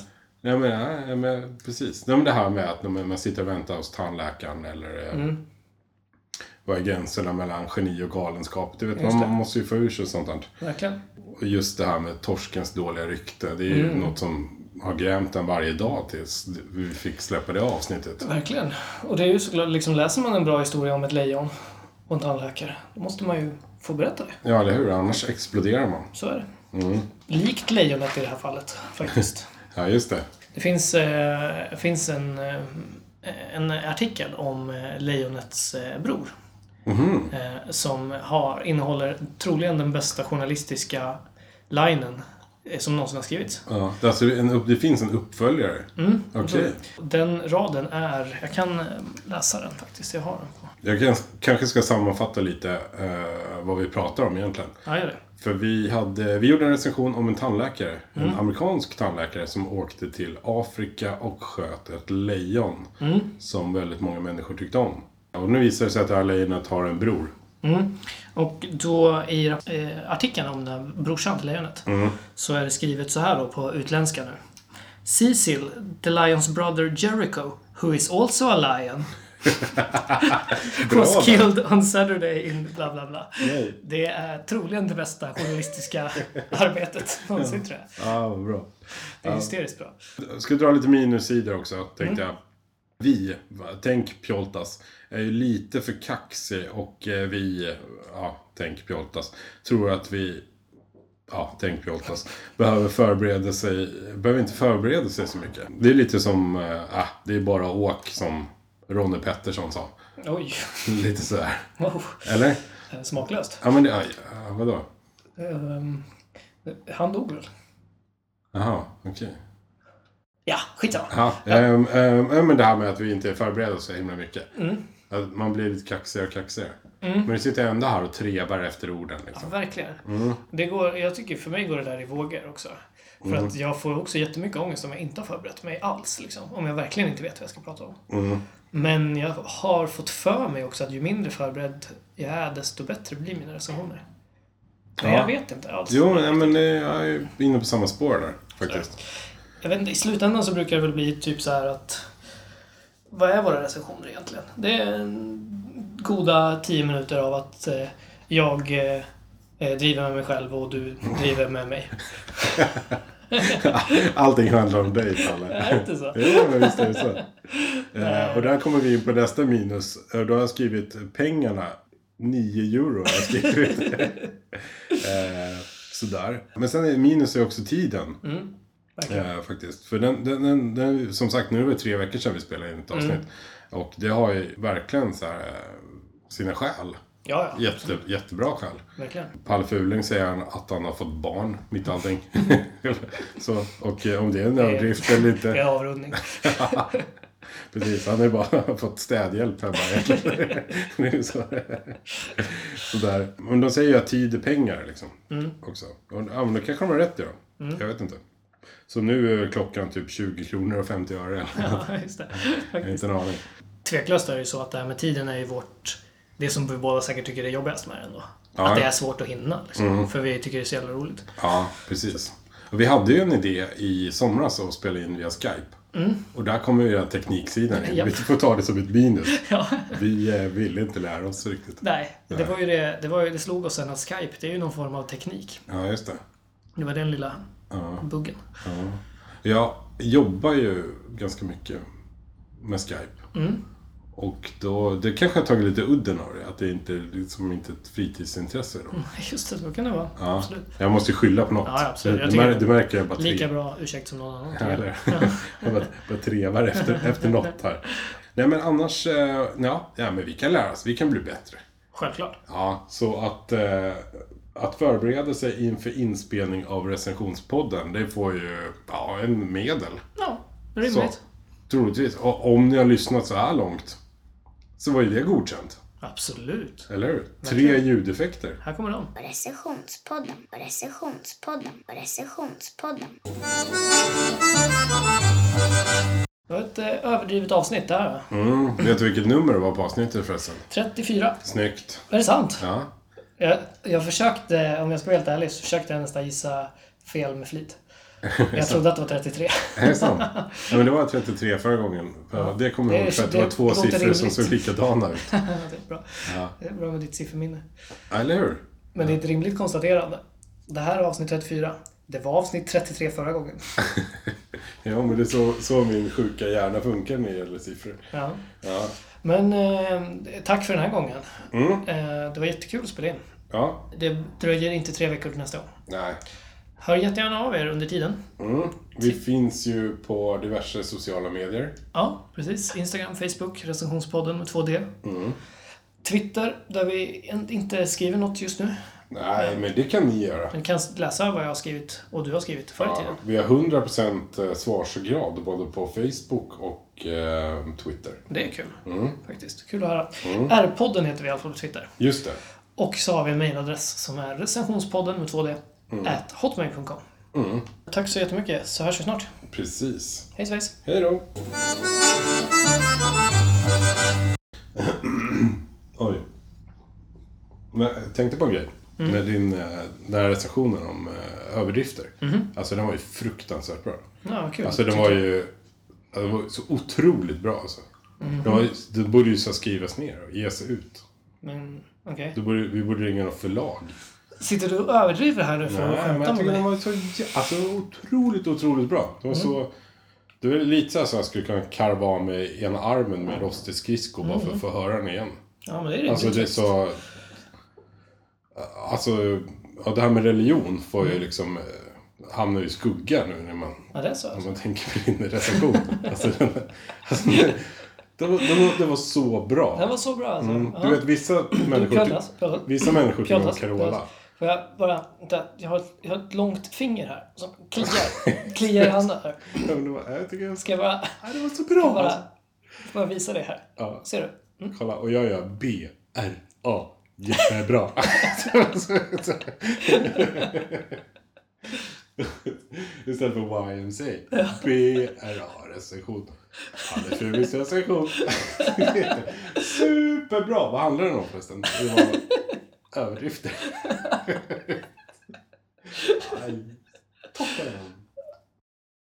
B: Ja, men, ja, ja, men precis. Ja, men det här med att när man man sitter och väntar hos tandläkaren eller eh, vad är gränserna mellan geni och galenskap? Du vet, man, man måste ju få ur sig sånt där.
A: verkligen.
B: Och just det här med torskens dåliga rykte, det är ju något som har grämt en varje dag tills vi fick släppa det avsnittet.
A: Verkligen. Och det är ju såklart, liksom läser man en bra historia om ett lejon och en tandläkare, då måste man ju få berätta det.
B: Ja, eller hur? Annars exploderar man.
A: Så är det.
B: Mm.
A: Likt lejonet i det här fallet, faktiskt.
B: Ja, just det.
A: Det finns, eh, finns en, eh, en artikel om eh, lejonets eh, bror. Eh, som har, innehåller troligen den bästa journalistiska linen eh, som någonsin har skrivits.
B: Ja, det, är alltså en upp, det finns en uppföljare? Okej.
A: Den raden är... Jag kan eh, läsa den faktiskt. Jag har den på.
B: Jag kan, kanske ska sammanfatta lite eh, vad vi pratar om egentligen.
A: Ja, gör det.
B: För vi, hade, vi gjorde en recension om en tandläkare, en amerikansk tandläkare som åkte till Afrika och sköt ett lejon. Som väldigt många människor tyckte om. Och nu visar det sig att det här lejonet har en bror.
A: Och då i eh, artikeln om den här brorsan till lejonet så är det skrivet så här då på utländska nu. Cecil, the lion's brother Jericho, who is also a lion, was
B: där.
A: killed on Saturday in bla bla bla. Det är troligen det bästa journalistiska arbetet någonsin tror jag.
B: Ja, vad bra.
A: Det är hysteriskt bra.
B: Jag ska dra lite minussidor också, tänkte jag. Vi, va, tänk Pjoltas, är ju lite för kaxig och eh, vi, ja, tänk Pjoltas, tror att vi, ja, tänk Pjoltas, behöver förbereda sig, behöver inte förbereda sig så mycket. Det är lite som, eh, ah, det är bara åk som Ronne Pettersson sa.
A: Oj,
B: Lite sådär.
A: wow.
B: Eller?
A: smaklöst.
B: Ja, men det, aj, ja, vadå?
A: Ehm, han dog väl?
B: Jaha, okej.
A: Ja, skitsamma.
B: Ja, ehm, ehm, ja, men det här med att vi inte är förberedda så himla mycket. Att man blir lite kaxigare och kaxigare. Men du sitter ändå här och trevar efter orden. Liksom.
A: Verkligen. Det går, jag tycker för mig går det där i vågor också. För
B: Mm.
A: att jag får också jättemycket ångest om jag inte har förberett mig alls. Liksom, om jag verkligen inte vet vad jag ska prata om.
B: Mm.
A: Men jag har fått för mig också att ju mindre förberedd jag är, desto bättre blir mina recensioner. Men
B: Ja.
A: jag vet inte alls.
B: Jo, nej, men eh, jag är inne på samma spår där faktiskt.
A: Jag vet inte, I slutändan så brukar det väl bli typ så här att... Vad är våra recensioner egentligen? Det är en- goda tio minuter av att eh, jag eh, eh, driver med mig själv och du driver med mig.
B: Allting handlar om dig, Palle.
A: Är det inte så?
B: Jo, men visst är det så. Eh, och där kommer vi in på nästa minus. Eh, Då har jag skrivit pengarna. 9 euro har jag skrivit. eh, sådär. Men sen är minus är också tiden.
A: Mm, Verkligen.
B: Ja, faktiskt. För den, den, den, den, som sagt, nu är det tre veckor sedan vi spelade in ett
A: Mm.
B: avsnitt. Och det har ju verkligen så här, eh, sina skäl.
A: Ja, ja.
B: Jätte, jättebra skäl.
A: Verkligen.
B: Palle Fuling säger han att han har fått barn, mitt i allting. så, och eh, om det är en
A: är-
B: överdrift eller
A: Det är
B: inte.
A: avrundning.
B: Precis, han har ju bara fått städhjälp hemma. egentligen. Det är så. Sådär. Men de säger ju att tid är pengar liksom.
A: Mm.
B: Också. Och, ja, men då kanske de har rätt i då. Jag vet inte. Så nu är klockan typ 20 kronor och 50 öre.
A: Ja, just det.
B: Jag
A: Faktiskt.
B: har inte en aning.
A: Tveklöst är det ju så att det här med tiden är ju vårt... Det som vi båda säkert tycker är jobbigast med det ändå.
B: Ja. Mm.
A: Att det är svårt att hinna. Liksom. För vi tycker det är så jävla roligt.
B: Ja, precis. Och vi hade ju en idé i somras att spela in via Skype.
A: Mm.
B: Och där kommer ju den här tekniksidan in.
A: Japp.
B: Vi får ta det som ett minus.
A: Ja.
B: Vi eh, ville inte lära oss riktigt.
A: Nej, det var ju det, det, var ju, det slog oss sen att Skype, det är ju någon form av teknik.
B: Ja, just det.
A: Det var den lilla buggen.
B: Jag jobbar ju ganska mycket med Skype.
A: Mm.
B: Och då, det kanske har tagit lite udden av det. Att det inte liksom inte är ett fritidsintresse då.
A: Just det, så kan det vara.
B: Ja.
A: Absolut.
B: Jag måste ju skylla på något.
A: Ja, absolut. Jag
B: Det, mär,
A: tycker-
B: det märker jag bara tre-
A: Lika bra ursäkt som någon annan. tycker jag.
B: Eller? Jag bara, bara trevar efter, efter något här. Nej men annars, eh, ja, ja men vi kan lära oss, vi kan bli bättre.
A: Självklart.
B: Ja, så att, eh, att förbereda sig inför inspelning av recensionspodden, det får ju ja, en medel.
A: Ja,
B: Så,
A: rimligt.
B: troligtvis. Och om ni har lyssnat så här långt, så var ju det godkänt.
A: Absolut.
B: Eller hur? Tre ljudeffekter.
A: Här kommer de.
I: Recessionspodden, recessionspodden, recessionspodden.
A: Det var ett eh, överdrivet avsnitt det här.
B: Mm. Vet du vilket nummer det var på avsnittet förresten?
A: 34.
B: Snyggt.
A: Är det sant?
B: Ja.
A: Jag, jag försökte, om jag ska vara helt ärlig, så försökte jag nästan gissa fel med flit. Jag trodde att det var 33.
B: Är det sant? Ja, men det var 33 förra gången. Ja, det kommer jag
A: Det är-
B: ihåg för att det var
A: det
B: två
A: låter
B: siffror som
A: rimligt.
B: såg likadana ut.
A: det, är bra. det är bra med ditt sifferminne.
B: Eller hur?
A: Men det är ett rimligt konstaterande. Det här är avsnitt 34. Det var avsnitt 33 förra gången.
B: Ja, men det är så, så min sjuka hjärna funkar när det gäller siffror.
A: Ja.
B: Ja. Mm.
A: Men eh, tack för den här gången. Eh, det var jättekul att spela in.
B: Ja.
A: Det dröjer inte tre veckor till nästa år.
B: Nej.
A: Hör jättegärna av er under tiden.
B: Mm. Vi finns ju på diverse sociala medier.
A: Ja, precis. Instagram, Facebook, recensionspodden med 2D.
B: Mm.
A: Twitter, där vi en- inte skriver något just nu.
B: Nej, men det kan ni göra.
A: Men kan läsa vad jag har skrivit och du har skrivit förr i tiden.
B: Ja, vi har 100% svarsgrad både på Facebook och eh, Twitter.
A: Det är kul.
B: Mm.
A: Faktiskt. Kul att höra. R-podden heter vi i alla fall på Twitter.
B: Just det.
A: Och så har vi en mailadress som är recensionspodden med 2D.
B: Mm.
A: At hotmail.com. Tack så jättemycket, så hörs vi snart.
B: Precis.
A: Hej svejs!
B: Hej då! Oj. Men jag tänkte på en grej. Med din, eh, den här recensionen om eh, överdrifter. Alltså den var ju fruktansvärt bra.
A: Ja, vad kul.
B: Alltså den var ju ja, den var ju så otroligt bra alltså. Den, var, ju- den borde ju så här skrivas ner och ges ut.
A: Men, okej.
B: Då borde, vi borde ringa något förlag.
A: Sitter du och överdriver här nu för
B: Nej,
A: att
B: men
A: skämta
B: jag
A: med
B: tycker den
A: mig?
B: var så jä- alltså, otroligt, otroligt bra. Det var så... Det var lite så här så jag skulle kunna karva av mig ena armen med rostig skridsko bara för att få höra den igen.
A: Ja, men det är rimligt.
B: Alltså det är så... Alltså, ja, det här med religion får ju liksom... eh, Hamnar ju i skugga nu när man,
A: Ja, det är så.
B: när
A: Alltså.
B: man tänker på din recension. alltså, den, alltså, det, det, var, det, var, det var så bra.
A: Den var så bra alltså.
B: Mm.
A: Ja.
B: Du vet, vissa människor,
A: Pjöldas,
B: ty-
A: pjöldas.
B: vissa människor tycker om
A: Pjöldas,
B: Carola.
A: pjöldas. Får jag bara... vänta, Jag har, ett, jag har ett långt finger här som kliar, kliar i handen här.
B: Ja, men det var, jag tycker jag
A: Ska jag bara,
B: Ja, det var så bra!
A: bara,
B: Alltså,
A: bara visa dig här?
B: Ja.
A: Ser du?
B: kolla, och jag gör B, R, A. Jättebra! Istället för YMCA. B, R, A, recension. Kalle Frubis recension. Superbra! Vad handlar den om förresten? Det var överdrifter.